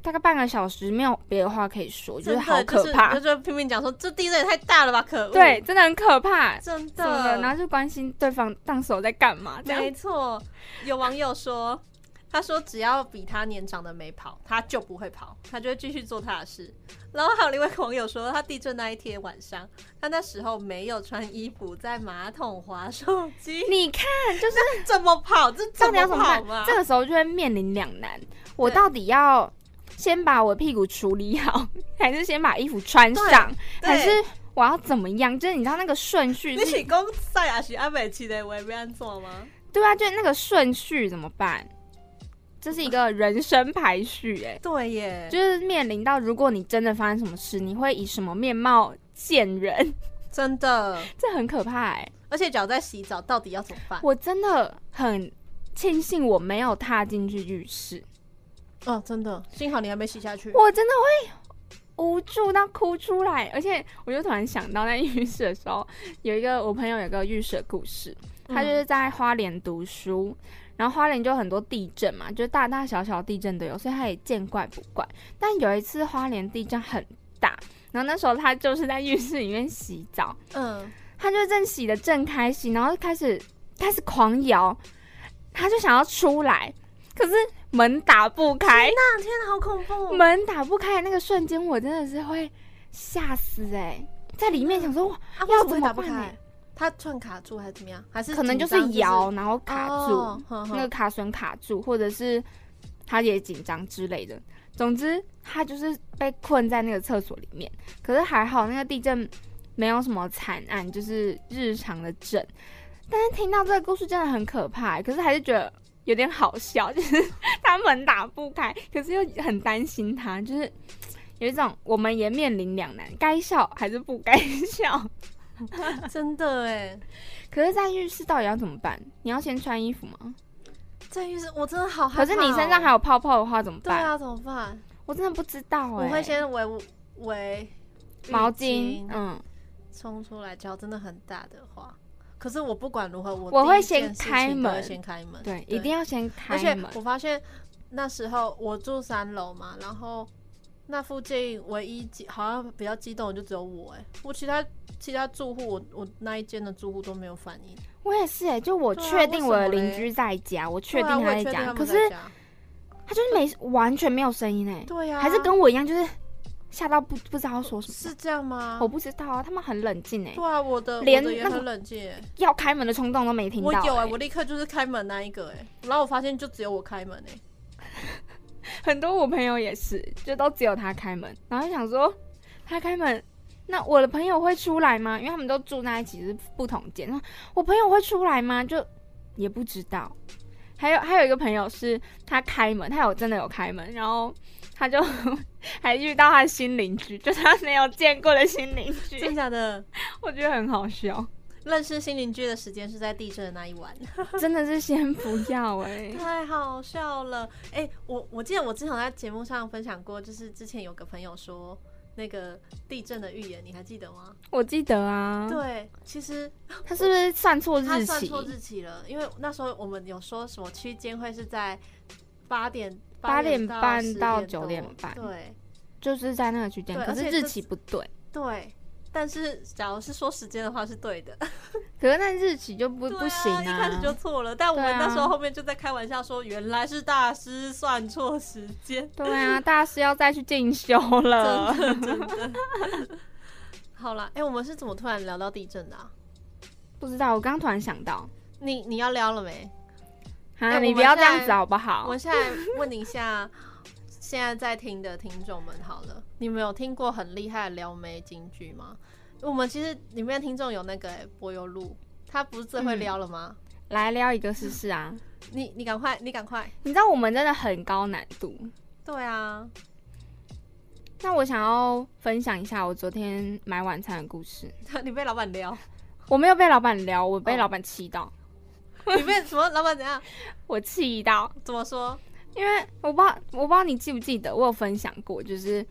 [SPEAKER 3] 大概半个小时没有别的话可以说，就
[SPEAKER 2] 真
[SPEAKER 3] 是
[SPEAKER 2] 的
[SPEAKER 3] 好可怕，
[SPEAKER 2] 就是就就拼命讲说这地震也太大了吧，可恶，
[SPEAKER 3] 对，，真的很可怕，
[SPEAKER 2] 真
[SPEAKER 3] 什么的，然
[SPEAKER 2] 的，
[SPEAKER 3] 后就关心对方当时我在干嘛，这样
[SPEAKER 2] 没错，有网友说。他说：“只要比他年长的没跑，他就不会跑，他就会继续做他的事。”然后还有另外一个网友说，他地震那一天晚上，他那时候没有穿衣服，在马桶划手机。
[SPEAKER 3] 你看就是
[SPEAKER 2] 怎么跑？这
[SPEAKER 3] 到
[SPEAKER 2] 怎
[SPEAKER 3] 底要怎么
[SPEAKER 2] 跑
[SPEAKER 3] 办
[SPEAKER 2] 嘛？？
[SPEAKER 3] 这个时候就会面临两难，我
[SPEAKER 2] 对
[SPEAKER 3] 到底要先把我屁股处理好， [laughs] 还是先把衣服穿
[SPEAKER 2] 对
[SPEAKER 3] 上，
[SPEAKER 2] 对
[SPEAKER 3] 还是我要怎么样？就是你知道那个顺序
[SPEAKER 2] 你
[SPEAKER 3] 是，
[SPEAKER 2] 是讲赛亚是阿美奇的维安做吗？
[SPEAKER 3] 对啊，就是那个顺序怎么办？这是一个人生排序、哎，
[SPEAKER 2] 对耶，
[SPEAKER 3] 就是面临到如果你真的发生什么事，你会以什么面貌见人？ [laughs]
[SPEAKER 2] 真的。
[SPEAKER 3] 这很可怕、哎。
[SPEAKER 2] 而且脚在洗澡，到底要怎么办？
[SPEAKER 3] 我真的很庆幸我没有踏进去浴室，
[SPEAKER 2] 哦，真的，幸好你还没洗下去。
[SPEAKER 3] 我真的会无助到哭出来。而且我就突然想到，在浴室的时候，有一个我朋友有个浴室的故事，他就是在花莲读书。然后花莲就有很多地震嘛，就是大大小小地震都有，所以他也见怪不怪。但有一次花莲地震很大，然后那时候他就是在浴室里面洗澡，
[SPEAKER 2] 嗯，
[SPEAKER 3] 他就正洗的正开心，然后开始开始狂摇，他就想要出来，可是门打不开，
[SPEAKER 2] 那天哪好恐怖！
[SPEAKER 3] 门打不开的那个瞬间，我真的是会吓死哎、在里面想说，哇，
[SPEAKER 2] 啊，为什
[SPEAKER 3] 要怎
[SPEAKER 2] 会
[SPEAKER 3] 么
[SPEAKER 2] 打不
[SPEAKER 3] 办
[SPEAKER 2] 开
[SPEAKER 3] 呢？
[SPEAKER 2] 它串卡住还是怎么样？还是
[SPEAKER 3] 可能就是
[SPEAKER 2] 紧张就是
[SPEAKER 3] 摇，然后卡住，
[SPEAKER 2] 哦呵呵
[SPEAKER 3] 那个卡榫卡住，或者是他也紧张之类的。总之，他就是被困在那个厕所里面。可是还好，那个地震没有什么惨案，就是日常的震。但是听到这个故事真的很可怕、欸可是还是觉得有点好笑， [laughs] 就是他门打不开，可是又很担心他，就是有一种我们也面临两难，该笑还是不该笑。
[SPEAKER 2] 真的哎，
[SPEAKER 3] [laughs] 可是，在浴室到底要怎么办？你要先穿衣服吗？
[SPEAKER 2] 在浴室我真的好害怕
[SPEAKER 3] 可是
[SPEAKER 2] 哦。
[SPEAKER 3] 你身上还有泡泡的话怎么
[SPEAKER 2] 对
[SPEAKER 3] 办？
[SPEAKER 2] 啊，怎么办？
[SPEAKER 3] 我真的不知道哎、
[SPEAKER 2] 我会先围围浴呃
[SPEAKER 3] 毛巾，嗯，
[SPEAKER 2] 冲出来，脚真的很大的话，可是我不管如何，我
[SPEAKER 3] 我
[SPEAKER 2] 第
[SPEAKER 3] 会
[SPEAKER 2] 一
[SPEAKER 3] 先
[SPEAKER 2] 件事情
[SPEAKER 3] 开
[SPEAKER 2] 都会
[SPEAKER 3] 门
[SPEAKER 2] 先开门，
[SPEAKER 3] 对，一定要先
[SPEAKER 2] 而且
[SPEAKER 3] 开门。
[SPEAKER 2] 我发现那时候我住三楼嘛，然后那附近唯一激好像比较激动的就只有我、哎，我其他其他住户，我我那一间的住户都没有反应，
[SPEAKER 3] 我也是哎、就我
[SPEAKER 2] 对啊
[SPEAKER 3] 确定我的
[SPEAKER 2] 为什么嘞
[SPEAKER 3] 邻居在家，我确定
[SPEAKER 2] 对啊
[SPEAKER 3] 他
[SPEAKER 2] 我也
[SPEAKER 3] 在
[SPEAKER 2] 确定
[SPEAKER 3] 家，
[SPEAKER 2] 他
[SPEAKER 3] 可
[SPEAKER 2] 们
[SPEAKER 3] 是
[SPEAKER 2] 在家，
[SPEAKER 3] 他就是没完全没有声音哎、
[SPEAKER 2] 对呀、啊
[SPEAKER 3] 还是跟我一样，就是吓到不不知道说什么。
[SPEAKER 2] 是这样吗？
[SPEAKER 3] 我不知道啊，他们很冷静哎、
[SPEAKER 2] 对啊，我的
[SPEAKER 3] 连
[SPEAKER 2] 我的也
[SPEAKER 3] 那个
[SPEAKER 2] 很冷静、哎
[SPEAKER 3] 要开门的冲动都没听到、
[SPEAKER 2] 我有哎、
[SPEAKER 3] 哎、
[SPEAKER 2] 我立刻就是开门那一个哎、然后我发现就只有我开门哎、
[SPEAKER 3] [laughs] 很多我朋友也是，就都只有他开门，然后就想说他开门，那我的朋友会出来吗？因为他们都住在一起是不同间，那我朋友会出来吗？就也不知道。还有还有一个朋友是他开门，他有真的有开门，然后他就 [laughs] 还遇到他的新邻居，就他没有见过的新邻
[SPEAKER 2] 真的
[SPEAKER 3] 居，
[SPEAKER 2] 假的？
[SPEAKER 3] 我觉得很好笑，
[SPEAKER 2] 认识新邻居的时间是在地震的那一晚，
[SPEAKER 3] [laughs] 真的是先不要哎、
[SPEAKER 2] 太好笑了。哎、我我记得我之前在节目上分享过，就是之前有个朋友说那个地震的预言，你还记得吗？
[SPEAKER 3] 我记得啊，
[SPEAKER 2] 对，其实
[SPEAKER 3] 他是不是算错
[SPEAKER 2] 他
[SPEAKER 3] 日
[SPEAKER 2] 算
[SPEAKER 3] 期？
[SPEAKER 2] 错日期了，因为那时候我们有说什么区间会是在八点
[SPEAKER 3] 八点半
[SPEAKER 2] 10
[SPEAKER 3] 到
[SPEAKER 2] 点多
[SPEAKER 3] 九点半
[SPEAKER 2] 对
[SPEAKER 3] 就是在那个区间，
[SPEAKER 2] 对
[SPEAKER 3] 可
[SPEAKER 2] 而
[SPEAKER 3] 是
[SPEAKER 2] 且
[SPEAKER 3] 日
[SPEAKER 2] 这
[SPEAKER 3] 期不对。
[SPEAKER 2] 对。但是，假如是说时间的话，是对的，
[SPEAKER 3] 可是那日期就 [laughs] 不、
[SPEAKER 2] 对
[SPEAKER 3] 不行
[SPEAKER 2] 啊，一开始就错了。但我
[SPEAKER 3] 对
[SPEAKER 2] 们
[SPEAKER 3] 啊
[SPEAKER 2] 那时候后面就在开玩笑说，原来是大师算错时
[SPEAKER 3] [laughs]
[SPEAKER 2] 间。
[SPEAKER 3] 对
[SPEAKER 2] [laughs]
[SPEAKER 3] 啊，大师要再去进修了。
[SPEAKER 2] 真的真的。 [laughs] 好啦，哎、我们是怎么突然聊到地震的、啊？
[SPEAKER 3] 不知道，我刚刚突然想到，
[SPEAKER 2] 你你要撩了没？
[SPEAKER 3] 啊，
[SPEAKER 2] 哎
[SPEAKER 3] 你
[SPEAKER 2] 我
[SPEAKER 3] 不
[SPEAKER 2] 们
[SPEAKER 3] 要这
[SPEAKER 2] 现
[SPEAKER 3] 样子
[SPEAKER 2] 在
[SPEAKER 3] 好不好
[SPEAKER 2] 我？现在问你一下，现在在听的听众们好了，你们有听过很厉害的撩妹金句吗？我们其实里面听众有那个、欸、柏油路，他不是最
[SPEAKER 3] 嗯
[SPEAKER 2] 会撩了吗？
[SPEAKER 3] 来撩一个试试
[SPEAKER 2] 嗯
[SPEAKER 3] 啊！
[SPEAKER 2] 你你赶快，你赶快。
[SPEAKER 3] 你知道我们真的很高难度。
[SPEAKER 2] 对啊，
[SPEAKER 3] 那我想要分享一下我昨天买晚餐的故事。
[SPEAKER 2] [laughs] 你被老板撩，
[SPEAKER 3] 我没有被老板撩，我被
[SPEAKER 2] 哦
[SPEAKER 3] 老板气到，
[SPEAKER 2] 你被什么老板怎样？
[SPEAKER 3] 我气到，
[SPEAKER 2] 怎么说？
[SPEAKER 3] 因为我不知道，我不知道你记不记得，我有分享过，就是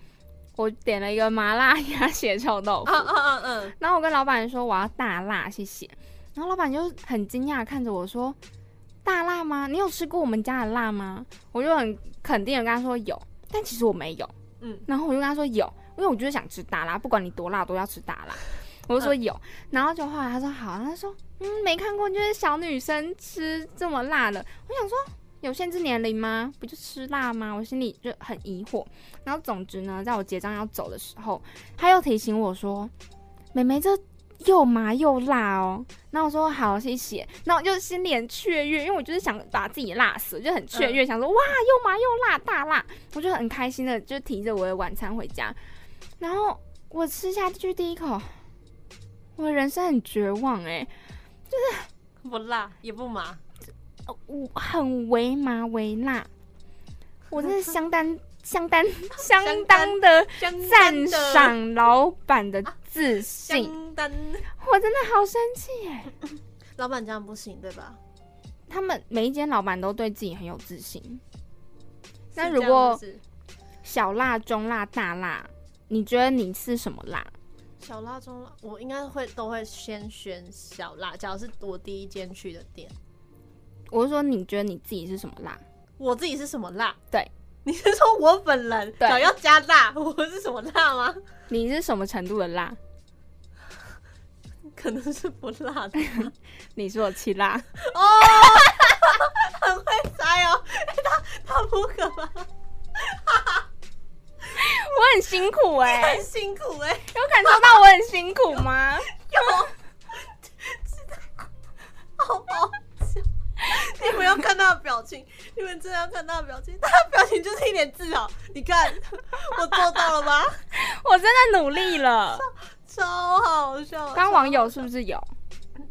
[SPEAKER 3] 我点了一个麻辣鸭血臭豆腐，
[SPEAKER 2] 嗯嗯嗯
[SPEAKER 3] 然后我跟老板说我要大辣，谢谢。然后老板就很惊讶地看着我说：“大辣吗？你有吃过我们家的辣吗？”我就很肯定的跟他说有，但其实我没有。
[SPEAKER 2] 嗯
[SPEAKER 3] 然后我就跟他说有，因为我就是想吃大辣，不管你多辣都要吃大辣。我就说有，然后就后来他说好，他说嗯没看过，就是小女生吃这么辣的。我想说有限制年龄吗？不就吃辣吗？我心里就很疑惑。然后总之呢，在我结账要走的时候，他又提醒我说：“妹妹这又麻又辣哦。”然后我说：“好，谢谢。”然后我就心里很雀跃，因为我就是想把自己辣死，我就很雀跃，想说：“哇，又麻又辣，大辣！”我就很开心的就提着我的晚餐回家。然后我吃下去第一口，我人生很绝望哎、
[SPEAKER 2] 嗯，不辣也不麻，
[SPEAKER 3] 呃我很微麻微辣，我真的相当相当相当的赞
[SPEAKER 2] 赞
[SPEAKER 3] 赏老板的自信，
[SPEAKER 2] 相当。
[SPEAKER 3] 我真的好生气哎！
[SPEAKER 2] 老板这样不行对吧？
[SPEAKER 3] 他们每一间老板都对自己很有自信。那
[SPEAKER 2] 是
[SPEAKER 3] 如
[SPEAKER 2] 这样
[SPEAKER 3] 果
[SPEAKER 2] 子是
[SPEAKER 3] 小辣、中辣、大辣，你觉得你是什么辣？
[SPEAKER 2] 小辣中辣，我应该会都会先选小辣。假如是我第一间去的店，
[SPEAKER 3] 我是说，你觉得你自己是什么辣？
[SPEAKER 2] 我自己是什么辣？
[SPEAKER 3] 对，
[SPEAKER 2] 你是说我本人
[SPEAKER 3] 对
[SPEAKER 2] 想要加辣，我是什么辣吗？
[SPEAKER 3] 你是什么程度的辣？
[SPEAKER 2] 可能是不辣 [laughs] 的，哦
[SPEAKER 3] 你是我七辣，
[SPEAKER 2] 哎呦，他他扑克吗？
[SPEAKER 3] 我很辛苦 [laughs] 哎、
[SPEAKER 2] 很辛苦哎、
[SPEAKER 3] 有感受到我很辛苦吗？
[SPEAKER 2] 好好笑。你们要看他的表情，你们真的要看他的表情，他的表情就是一脸自豪。你看，我做到了 [laughs] 吧？
[SPEAKER 3] 我真的努力了。
[SPEAKER 2] 超好笑。
[SPEAKER 3] 刚网友是不是有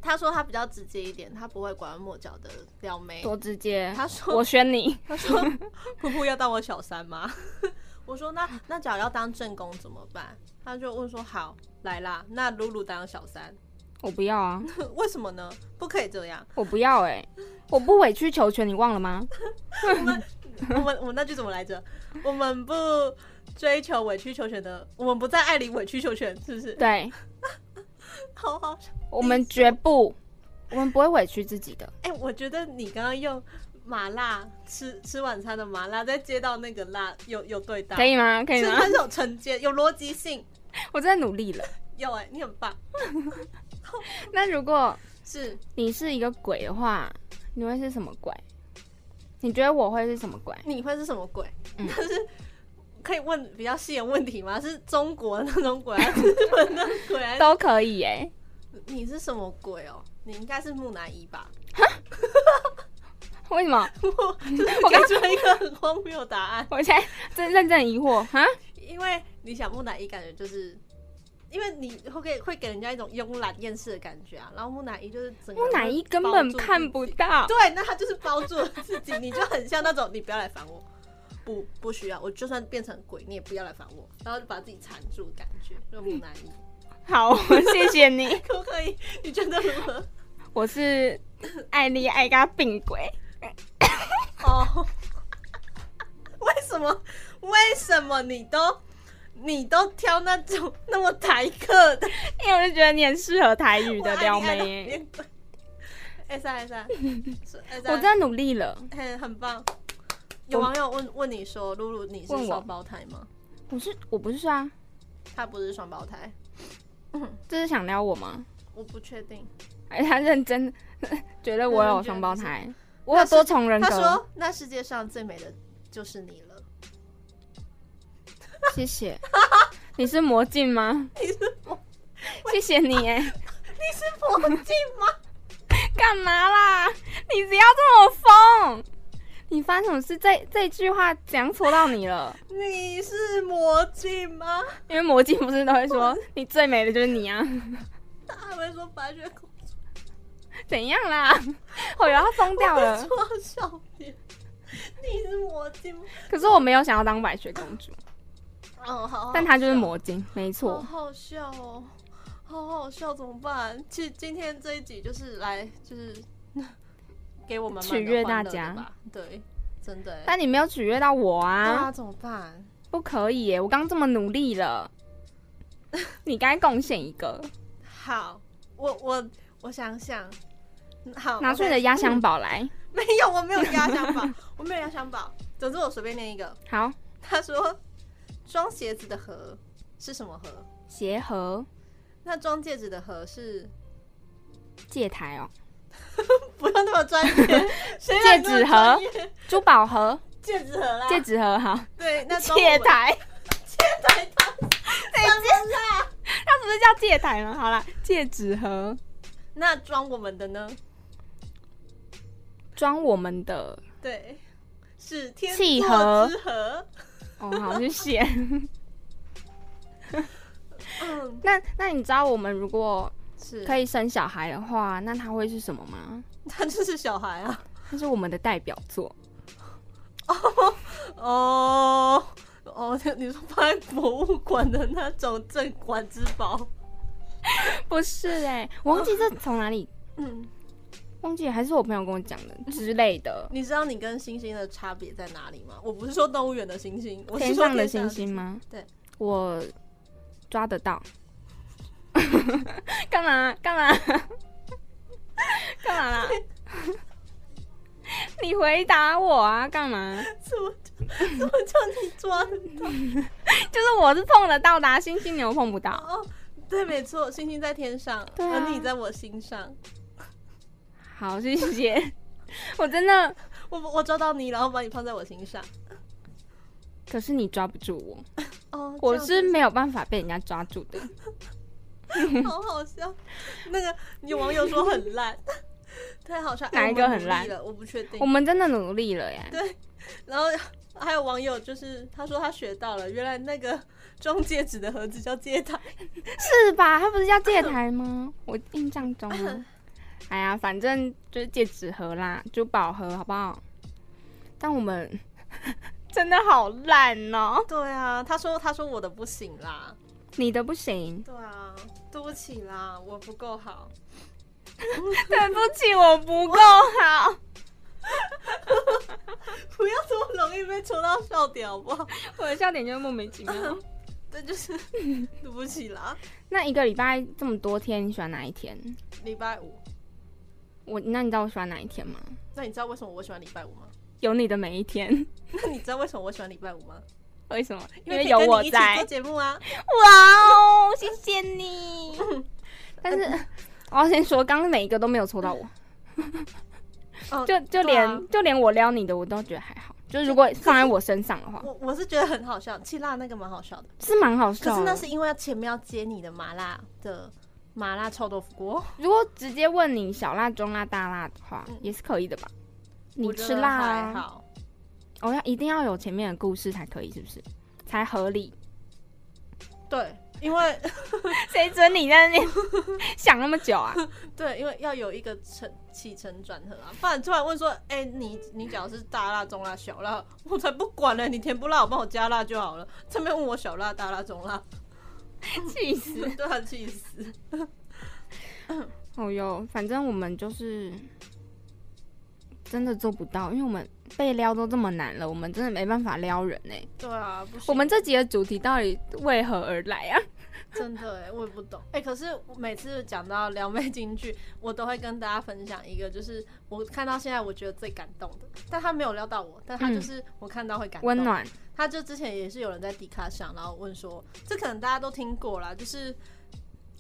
[SPEAKER 2] 他说他比较直接一点，他不会拐弯抹角的撩妹。
[SPEAKER 3] 多直接？
[SPEAKER 2] 他
[SPEAKER 3] 我
[SPEAKER 2] 说
[SPEAKER 3] 选你，
[SPEAKER 2] 他说
[SPEAKER 3] [laughs]
[SPEAKER 2] 噗噗要当我小三吗？ [laughs] 我说那那假如要当正宫怎么办？他就问说好来啦，那露露当小三， [laughs]
[SPEAKER 3] 我不要啊，
[SPEAKER 2] 为什么呢？不可以
[SPEAKER 3] [laughs]
[SPEAKER 2] 这样。
[SPEAKER 3] 我不要哎、我不委曲求全，你忘了吗？
[SPEAKER 2] 我们我们那句怎么来着？我们不追求委曲求全的，我们不在爱里委曲求全，是不是？，
[SPEAKER 3] 对，
[SPEAKER 2] 好好笑。
[SPEAKER 3] 我们绝不，我们不会委屈自己的。
[SPEAKER 2] 哎、我觉得你刚刚用麻辣吃吃晚餐的麻辣，再接到那个辣，有有对啊到，
[SPEAKER 3] 可以吗？可以
[SPEAKER 2] 是
[SPEAKER 3] 吗？
[SPEAKER 2] 很有承接，有逻辑性，
[SPEAKER 3] 我真的努力了。
[SPEAKER 2] 有哎、你很棒，
[SPEAKER 3] 那如果
[SPEAKER 2] 是
[SPEAKER 3] 你是一个鬼的话，你会是什么鬼？你觉得我会是什么鬼？
[SPEAKER 2] 你会是什么鬼？
[SPEAKER 3] 嗯
[SPEAKER 2] 但是可以问比较细的问题吗？是中国的那种鬼，
[SPEAKER 3] [laughs]
[SPEAKER 2] 还是日本的鬼？还是
[SPEAKER 3] 都可以哎、
[SPEAKER 2] 你是什么鬼哦？你应该是木乃
[SPEAKER 3] [laughs]
[SPEAKER 2] 伊吧？
[SPEAKER 3] 为什么？
[SPEAKER 2] 我就是给出了一个很荒谬的答案。
[SPEAKER 3] 我现在真认真地疑
[SPEAKER 2] [laughs]
[SPEAKER 3] 惑哈，
[SPEAKER 2] 因为你想木乃伊，感觉就是因为你会给会给人家一种慵懒厌世的感觉啊。然后木乃伊就是整个
[SPEAKER 3] 木
[SPEAKER 2] 人
[SPEAKER 3] 乃伊根本看不
[SPEAKER 2] 包住
[SPEAKER 3] 到
[SPEAKER 2] 自己。。对，那他就是包住了自己，你就很像那种你不要来烦我，不不需要，我就算变成鬼，你也不要来烦我，然后就把自己缠住，感觉就木乃伊，
[SPEAKER 3] 好，谢谢你。
[SPEAKER 2] 可不可以？你觉得如何？
[SPEAKER 3] 我是艾丽艾嘎病鬼，
[SPEAKER 2] [laughs] 哦，为什么？为什么你都你都挑那种那么台客的？
[SPEAKER 3] [laughs] 因为我就觉得你很适合台语
[SPEAKER 2] 我
[SPEAKER 3] 的
[SPEAKER 2] 爱
[SPEAKER 3] 撩
[SPEAKER 2] 你爱到
[SPEAKER 3] 妹耶、
[SPEAKER 2] 连鬼。哎三哎 [laughs] 三，哎
[SPEAKER 3] 我真的努力了。
[SPEAKER 2] 的很很棒。有网友问问你说，露露你
[SPEAKER 3] 问我
[SPEAKER 2] 是双胞胎吗？
[SPEAKER 3] 我是我不是啊，
[SPEAKER 2] 她不是双胞胎，
[SPEAKER 3] 这是想撩我吗？
[SPEAKER 2] 我不确定。
[SPEAKER 3] 哎，他认真 [laughs] 觉得我有双胞胎，我有
[SPEAKER 2] 但是
[SPEAKER 3] 多重人
[SPEAKER 2] 他
[SPEAKER 3] 格。
[SPEAKER 2] 说：“那世界上最美的就是你了。
[SPEAKER 3] [laughs] 谢谢。你是魔镜吗？你是魔，谢谢你哎、
[SPEAKER 2] 你是魔镜吗？
[SPEAKER 3] 干嘛啦？你不要这么疯！你发生什么事？这这句话讲戳到你了，
[SPEAKER 2] [laughs] 你是魔镜吗？
[SPEAKER 3] 因为魔镜不是都会说你最美的就是你啊， [laughs]
[SPEAKER 2] 他还会说白雪公主
[SPEAKER 3] 怎样啦？ [laughs] 我以为他疯掉了，
[SPEAKER 2] 我会说笑点，你是魔镜吗？
[SPEAKER 3] 可是我没有想要当白雪公主，
[SPEAKER 2] 哦，好好
[SPEAKER 3] 但她就是
[SPEAKER 2] 笑
[SPEAKER 3] 魔镜，没
[SPEAKER 2] 好
[SPEAKER 3] 错。
[SPEAKER 2] 好笑哦，好好笑，怎么办？其实今天这一集就是来就是 [laughs] 给我们蛮多
[SPEAKER 3] 取悦
[SPEAKER 2] 欢乐
[SPEAKER 3] 大家
[SPEAKER 2] 的吧，对，真的欸。
[SPEAKER 3] 但你啊没有取悦到我
[SPEAKER 2] 对
[SPEAKER 3] 啊
[SPEAKER 2] 啊，，怎么办？
[SPEAKER 3] 不可以耶！我刚这么努力
[SPEAKER 2] [laughs]
[SPEAKER 3] 了，你该贡献一个，
[SPEAKER 2] 好，我我我想想，嗯好，
[SPEAKER 3] 拿出你
[SPEAKER 2] OK
[SPEAKER 3] 的压箱宝来。
[SPEAKER 2] [laughs] 没有，我没有压箱宝， [laughs] 我没有压箱宝。总之我随便念一个，
[SPEAKER 3] 好，
[SPEAKER 2] 他说装鞋子的盒是什么盒？
[SPEAKER 3] 鞋盒
[SPEAKER 2] 那装戒指的盒是
[SPEAKER 3] 戒台哦，
[SPEAKER 2] [laughs] 不用那么专业， [laughs] 谁让
[SPEAKER 3] 戒
[SPEAKER 2] 你那么
[SPEAKER 3] 指盒
[SPEAKER 2] 专业，
[SPEAKER 3] 珠宝盒，
[SPEAKER 2] 戒指盒啦，
[SPEAKER 3] 戒指盒
[SPEAKER 2] [laughs]
[SPEAKER 3] 好，
[SPEAKER 2] 对，那装
[SPEAKER 3] 戒
[SPEAKER 2] 我们
[SPEAKER 3] 台，
[SPEAKER 2] [laughs] 对他怎么啦？
[SPEAKER 3] 它不是叫戒台吗？好啦，戒指盒
[SPEAKER 2] 那装我们的呢？
[SPEAKER 3] 装我们的
[SPEAKER 2] 对，是天
[SPEAKER 3] 契
[SPEAKER 2] 作
[SPEAKER 3] 合
[SPEAKER 2] 之合。
[SPEAKER 3] 哦，
[SPEAKER 2] [laughs]
[SPEAKER 3] 好去写。
[SPEAKER 2] 嗯，
[SPEAKER 3] 那那你知道我们如果
[SPEAKER 2] 是
[SPEAKER 3] 可
[SPEAKER 2] 以，
[SPEAKER 3] 以生小孩的话，那它会是什么吗？
[SPEAKER 2] 他就是小孩啊。
[SPEAKER 3] 它是我们的代表作，
[SPEAKER 2] [laughs] 哦哦，你说放在博物馆的那种镇馆之宝？
[SPEAKER 3] [laughs] 不是哎、我忘记这从哪里
[SPEAKER 2] 嗯，
[SPEAKER 3] 忘记了，还是我朋友跟我讲的之类的。
[SPEAKER 2] 你知道你跟星星的差别在哪里吗？我不是说动物园的星星，我是
[SPEAKER 3] 天
[SPEAKER 2] 说
[SPEAKER 3] 上的星星吗？
[SPEAKER 2] 对，
[SPEAKER 3] 我抓得到。 [laughs] 干嘛？啊干嘛？干嘛 [laughs] 啦？你回答我啊！干嘛？
[SPEAKER 2] 怎么就怎么叫你抓得到？
[SPEAKER 3] 就是我是碰得到的、啊，星星牛碰不到。
[SPEAKER 2] 哦，对，没错，星星在天上，
[SPEAKER 3] 对啊
[SPEAKER 2] 而你在我心上。
[SPEAKER 3] 好，谢谢。我真的，
[SPEAKER 2] 我我抓到你，然后把你放在我心上。
[SPEAKER 3] 可是你抓不住我，
[SPEAKER 2] 哦，
[SPEAKER 3] 我
[SPEAKER 2] 这
[SPEAKER 3] 是
[SPEAKER 2] 样子
[SPEAKER 3] 没有办法被人家抓住的。
[SPEAKER 2] 好好笑。那个有网友说很烂， [laughs] 太好笑。
[SPEAKER 3] 哪
[SPEAKER 2] 哎
[SPEAKER 3] 一个
[SPEAKER 2] 我们努力
[SPEAKER 3] 很烂
[SPEAKER 2] 了？我不确定
[SPEAKER 3] 我。们真的努力了耶！
[SPEAKER 2] 然后还有网友就是他说他学到了，原来那个装戒指的盒子叫戒台。
[SPEAKER 3] 是吧？它不是叫戒台 [laughs] 吗？我印象中啊。哎呀，反正就是戒指盒啦，珠宝盒，好不好？但我们 [laughs] 真的好烂哦！
[SPEAKER 2] 对啊，他说他说我的不行啦。，
[SPEAKER 3] 你的不行
[SPEAKER 2] 对啊，对不起啦，我不够好。 [laughs]
[SPEAKER 3] 对不起，我不够好，
[SPEAKER 2] 不要这么容易被戳到笑点好不好？
[SPEAKER 3] [laughs]
[SPEAKER 2] [laughs]
[SPEAKER 3] 我的笑点就是莫名其 [laughs] 妙。
[SPEAKER 2] 这就是对不起啦。 [laughs]
[SPEAKER 3] 那一个礼拜这么多天，你喜欢哪一天？
[SPEAKER 2] 礼拜五，
[SPEAKER 3] 我，那你知道我喜欢哪一天吗？
[SPEAKER 2] 那你知道为什么我喜欢礼拜五吗？ [laughs]
[SPEAKER 3] 有你的每一天，
[SPEAKER 2] 那你知道为什么我喜欢礼拜五吗？
[SPEAKER 3] 为什么？因
[SPEAKER 2] 可
[SPEAKER 3] 为
[SPEAKER 2] 以
[SPEAKER 3] 有
[SPEAKER 2] 跟
[SPEAKER 3] 我
[SPEAKER 2] 你一起
[SPEAKER 3] 在
[SPEAKER 2] 做。节目啊。
[SPEAKER 3] 哇哦，谢谢你。 [laughs] 但是我要先说，刚刚每一个都没有戳到我，
[SPEAKER 2] [laughs] 哦
[SPEAKER 3] 就就
[SPEAKER 2] 对
[SPEAKER 3] 连、
[SPEAKER 2] 啊
[SPEAKER 3] 就连我撩你的，我都觉得还好。就是如果放在我身上的话，
[SPEAKER 2] 我我是觉得很好笑，气辣那个蛮好笑的，
[SPEAKER 3] 是蛮好笑
[SPEAKER 2] 可
[SPEAKER 3] 的。
[SPEAKER 2] 是那是因为前面要接你的麻辣的麻辣臭豆腐锅，
[SPEAKER 3] 如果直接问你小辣、中辣、大辣的话，
[SPEAKER 2] 嗯
[SPEAKER 3] 也是可以的吧？你
[SPEAKER 2] 我觉得
[SPEAKER 3] 吃辣、
[SPEAKER 2] 还
[SPEAKER 3] 啊，
[SPEAKER 2] 好，
[SPEAKER 3] 哦，要一定要有前面的故事才可以，是不是？才合
[SPEAKER 2] [laughs]
[SPEAKER 3] 理。
[SPEAKER 2] 对，因为
[SPEAKER 3] 谁准你在那边 [laughs] 想那么久啊？
[SPEAKER 2] 对，因为要有一个承起承转合啊，不然突然问说，哎、你你讲的是大辣、中辣、小辣，我才不管呢，你甜不辣，我帮我加辣就好了，这边问我小辣、大辣、中辣，
[SPEAKER 3] 气死！
[SPEAKER 2] 对啊，气死，
[SPEAKER 3] 哦哟，反正我们就是真的做不到，因为我们被撩都这么难了，我们真的没办法撩人呢、
[SPEAKER 2] [laughs] 对啊，不行，
[SPEAKER 3] 我们这集的主题到底为何而来啊？
[SPEAKER 2] 真的哎、我也不懂哎、可是我每次讲到撩妹金句，我都会跟大家分享一个，就是我看到现在我觉得最感动的，但他没有撩到我，但他就是我看到会感动。
[SPEAKER 3] 温。暖，
[SPEAKER 2] 他就之前也是有人在迪卡上，然后问说，这可能大家都听过啦，就是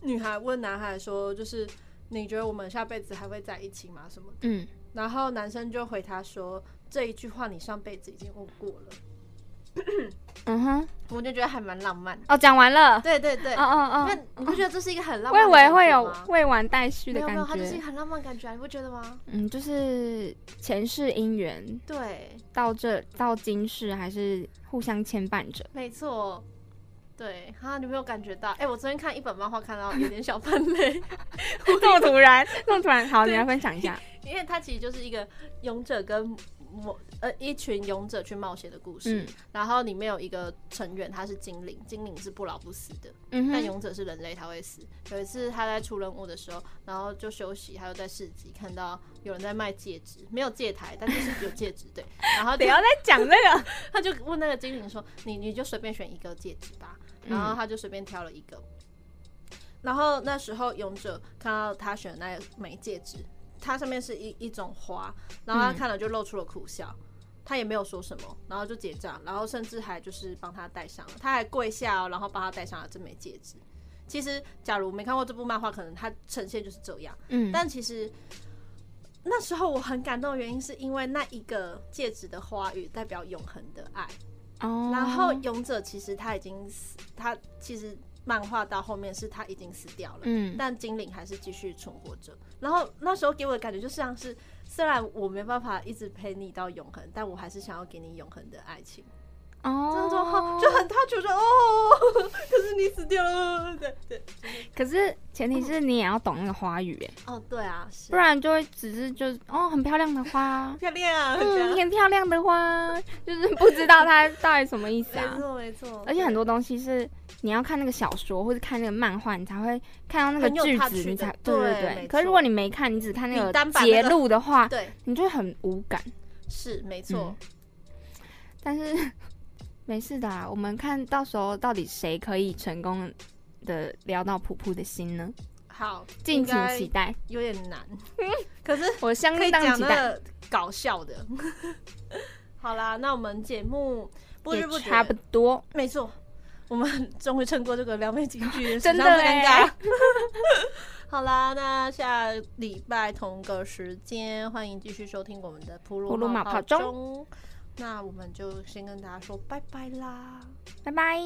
[SPEAKER 2] 女孩问男孩说，就是你觉得我们下辈子还会在一起吗？什么的？
[SPEAKER 3] 嗯，
[SPEAKER 2] 然后男生就回他说，这一句话你上辈子已经问过了。
[SPEAKER 3] 嗯哼，
[SPEAKER 2] 我就觉得还蛮浪漫的。
[SPEAKER 3] 哦，讲完了。
[SPEAKER 2] 对对对，
[SPEAKER 3] 哦哦
[SPEAKER 2] 那
[SPEAKER 3] 哦，
[SPEAKER 2] 你不觉得这是一个很浪
[SPEAKER 3] 我以
[SPEAKER 2] 漫的
[SPEAKER 3] 为
[SPEAKER 2] 感觉吗？
[SPEAKER 3] 会有未完待续
[SPEAKER 2] 没
[SPEAKER 3] 的
[SPEAKER 2] 有
[SPEAKER 3] 感
[SPEAKER 2] 没有，它就是一
[SPEAKER 3] 觉
[SPEAKER 2] 个。很浪漫的感觉啊，你不觉得吗？
[SPEAKER 3] 嗯，就是前世姻缘
[SPEAKER 2] 对，
[SPEAKER 3] 到这到今世还是互相牵绊
[SPEAKER 2] [laughs]
[SPEAKER 3] 着。
[SPEAKER 2] 没错。对，哈，你没有感觉到？哎、我昨天看一本漫画，看到有点小分类，
[SPEAKER 3] 这么突然， [laughs] 这么突然，好，你来分享一
[SPEAKER 2] [laughs]
[SPEAKER 3] 下。
[SPEAKER 2] 因为它其实就是一个勇者跟魔呃一群勇者去冒险的故事。
[SPEAKER 3] 嗯
[SPEAKER 2] 然后里面有一个成员，他是精灵，精灵是不老不死的，
[SPEAKER 3] 嗯
[SPEAKER 2] 但
[SPEAKER 3] 哼，
[SPEAKER 2] 勇者是人类，他会死。有一次他在出任务的时候，然后就休息，他就在市集看到有人在卖戒指，没有戒台，但就是有戒指，对。然后
[SPEAKER 3] [laughs] 不
[SPEAKER 2] 就
[SPEAKER 3] 要再讲这个。
[SPEAKER 2] [laughs] 他就问那个精灵说：“你你就随便选一个戒指吧。”然后他就随便挑了一个。然后那时候勇者看到他选的那枚戒指，它上面是一一种花，然后他看了就露出了苦笑，他也没有说什么，然后就结账，然后甚至还就是帮他戴上了，他还跪下、哦，然后帮他戴上了这枚戒指。其实，假如没看过这部漫画，可能它呈现就是这样。
[SPEAKER 3] 嗯，
[SPEAKER 2] [laughs] 但其实那时候我很感动的原因，是因为那一个戒指的花语代表永恒的爱。
[SPEAKER 3] 哦
[SPEAKER 2] 然后勇者其实他已经死，他其实漫画到后面是他已经死掉了，
[SPEAKER 3] 嗯
[SPEAKER 2] 但精灵还是继续存活着。然后那时候给我的感觉就像是，虽然我没办法一直陪你到永恒，但我还是想要给你永恒的爱情。这种话
[SPEAKER 3] 哦，
[SPEAKER 2] [laughs] 就很 touch，我说哦，可是你死掉了，对对，
[SPEAKER 3] 可是前提是你也要懂那个花
[SPEAKER 2] [laughs]
[SPEAKER 3] 语，哎，
[SPEAKER 2] 哦对啊，是，
[SPEAKER 3] 不然就会只是就是哦，很漂亮的花
[SPEAKER 2] 漂亮啊，这
[SPEAKER 3] 嗯，
[SPEAKER 2] 样
[SPEAKER 3] 很漂亮的花，就是不知道它到底什么意思啊
[SPEAKER 2] 没。错没错，
[SPEAKER 3] 而且很多东西是你要看那个小说或者看那个漫画，你才会看到那
[SPEAKER 2] 很
[SPEAKER 3] 个
[SPEAKER 2] 有
[SPEAKER 3] 句
[SPEAKER 2] touch
[SPEAKER 3] 子，你
[SPEAKER 2] 的
[SPEAKER 3] 才
[SPEAKER 2] 对
[SPEAKER 3] 对
[SPEAKER 2] 没
[SPEAKER 3] 对。
[SPEAKER 2] 错
[SPEAKER 3] 可是如果你没看，你只看那
[SPEAKER 2] 你单
[SPEAKER 3] 个
[SPEAKER 2] 把那
[SPEAKER 3] 节
[SPEAKER 2] 个
[SPEAKER 3] 录的话，
[SPEAKER 2] 对
[SPEAKER 3] 你就会很无感。
[SPEAKER 2] 是没错，
[SPEAKER 3] 嗯但是没事的啊，我们看到时候到底谁可以成功的撩到普普的心呢？
[SPEAKER 2] 好，
[SPEAKER 3] 敬请期
[SPEAKER 2] 待，
[SPEAKER 3] 待，
[SPEAKER 2] 有点
[SPEAKER 3] [laughs]
[SPEAKER 2] 难，可是
[SPEAKER 3] 我相
[SPEAKER 2] 可以
[SPEAKER 3] 当
[SPEAKER 2] 讲
[SPEAKER 3] 期
[SPEAKER 2] 那
[SPEAKER 3] 待。
[SPEAKER 2] 个搞笑的。 [laughs] 好啦，那我们节目不
[SPEAKER 3] 也
[SPEAKER 2] 知不觉
[SPEAKER 3] 差不多，
[SPEAKER 2] 没错，我们终于撑过这个撩妹情
[SPEAKER 3] [laughs]
[SPEAKER 2] 剧，
[SPEAKER 3] 真的
[SPEAKER 2] 史上最尴
[SPEAKER 3] 欸
[SPEAKER 2] 尬。 [laughs] 好啦，那下礼拜同个时间，欢迎继续收听我们的《普鲁
[SPEAKER 3] 普鲁马
[SPEAKER 2] 马炮
[SPEAKER 3] 炮钟
[SPEAKER 2] 钟》。那我们就先跟大家说拜拜啦。
[SPEAKER 3] 拜拜。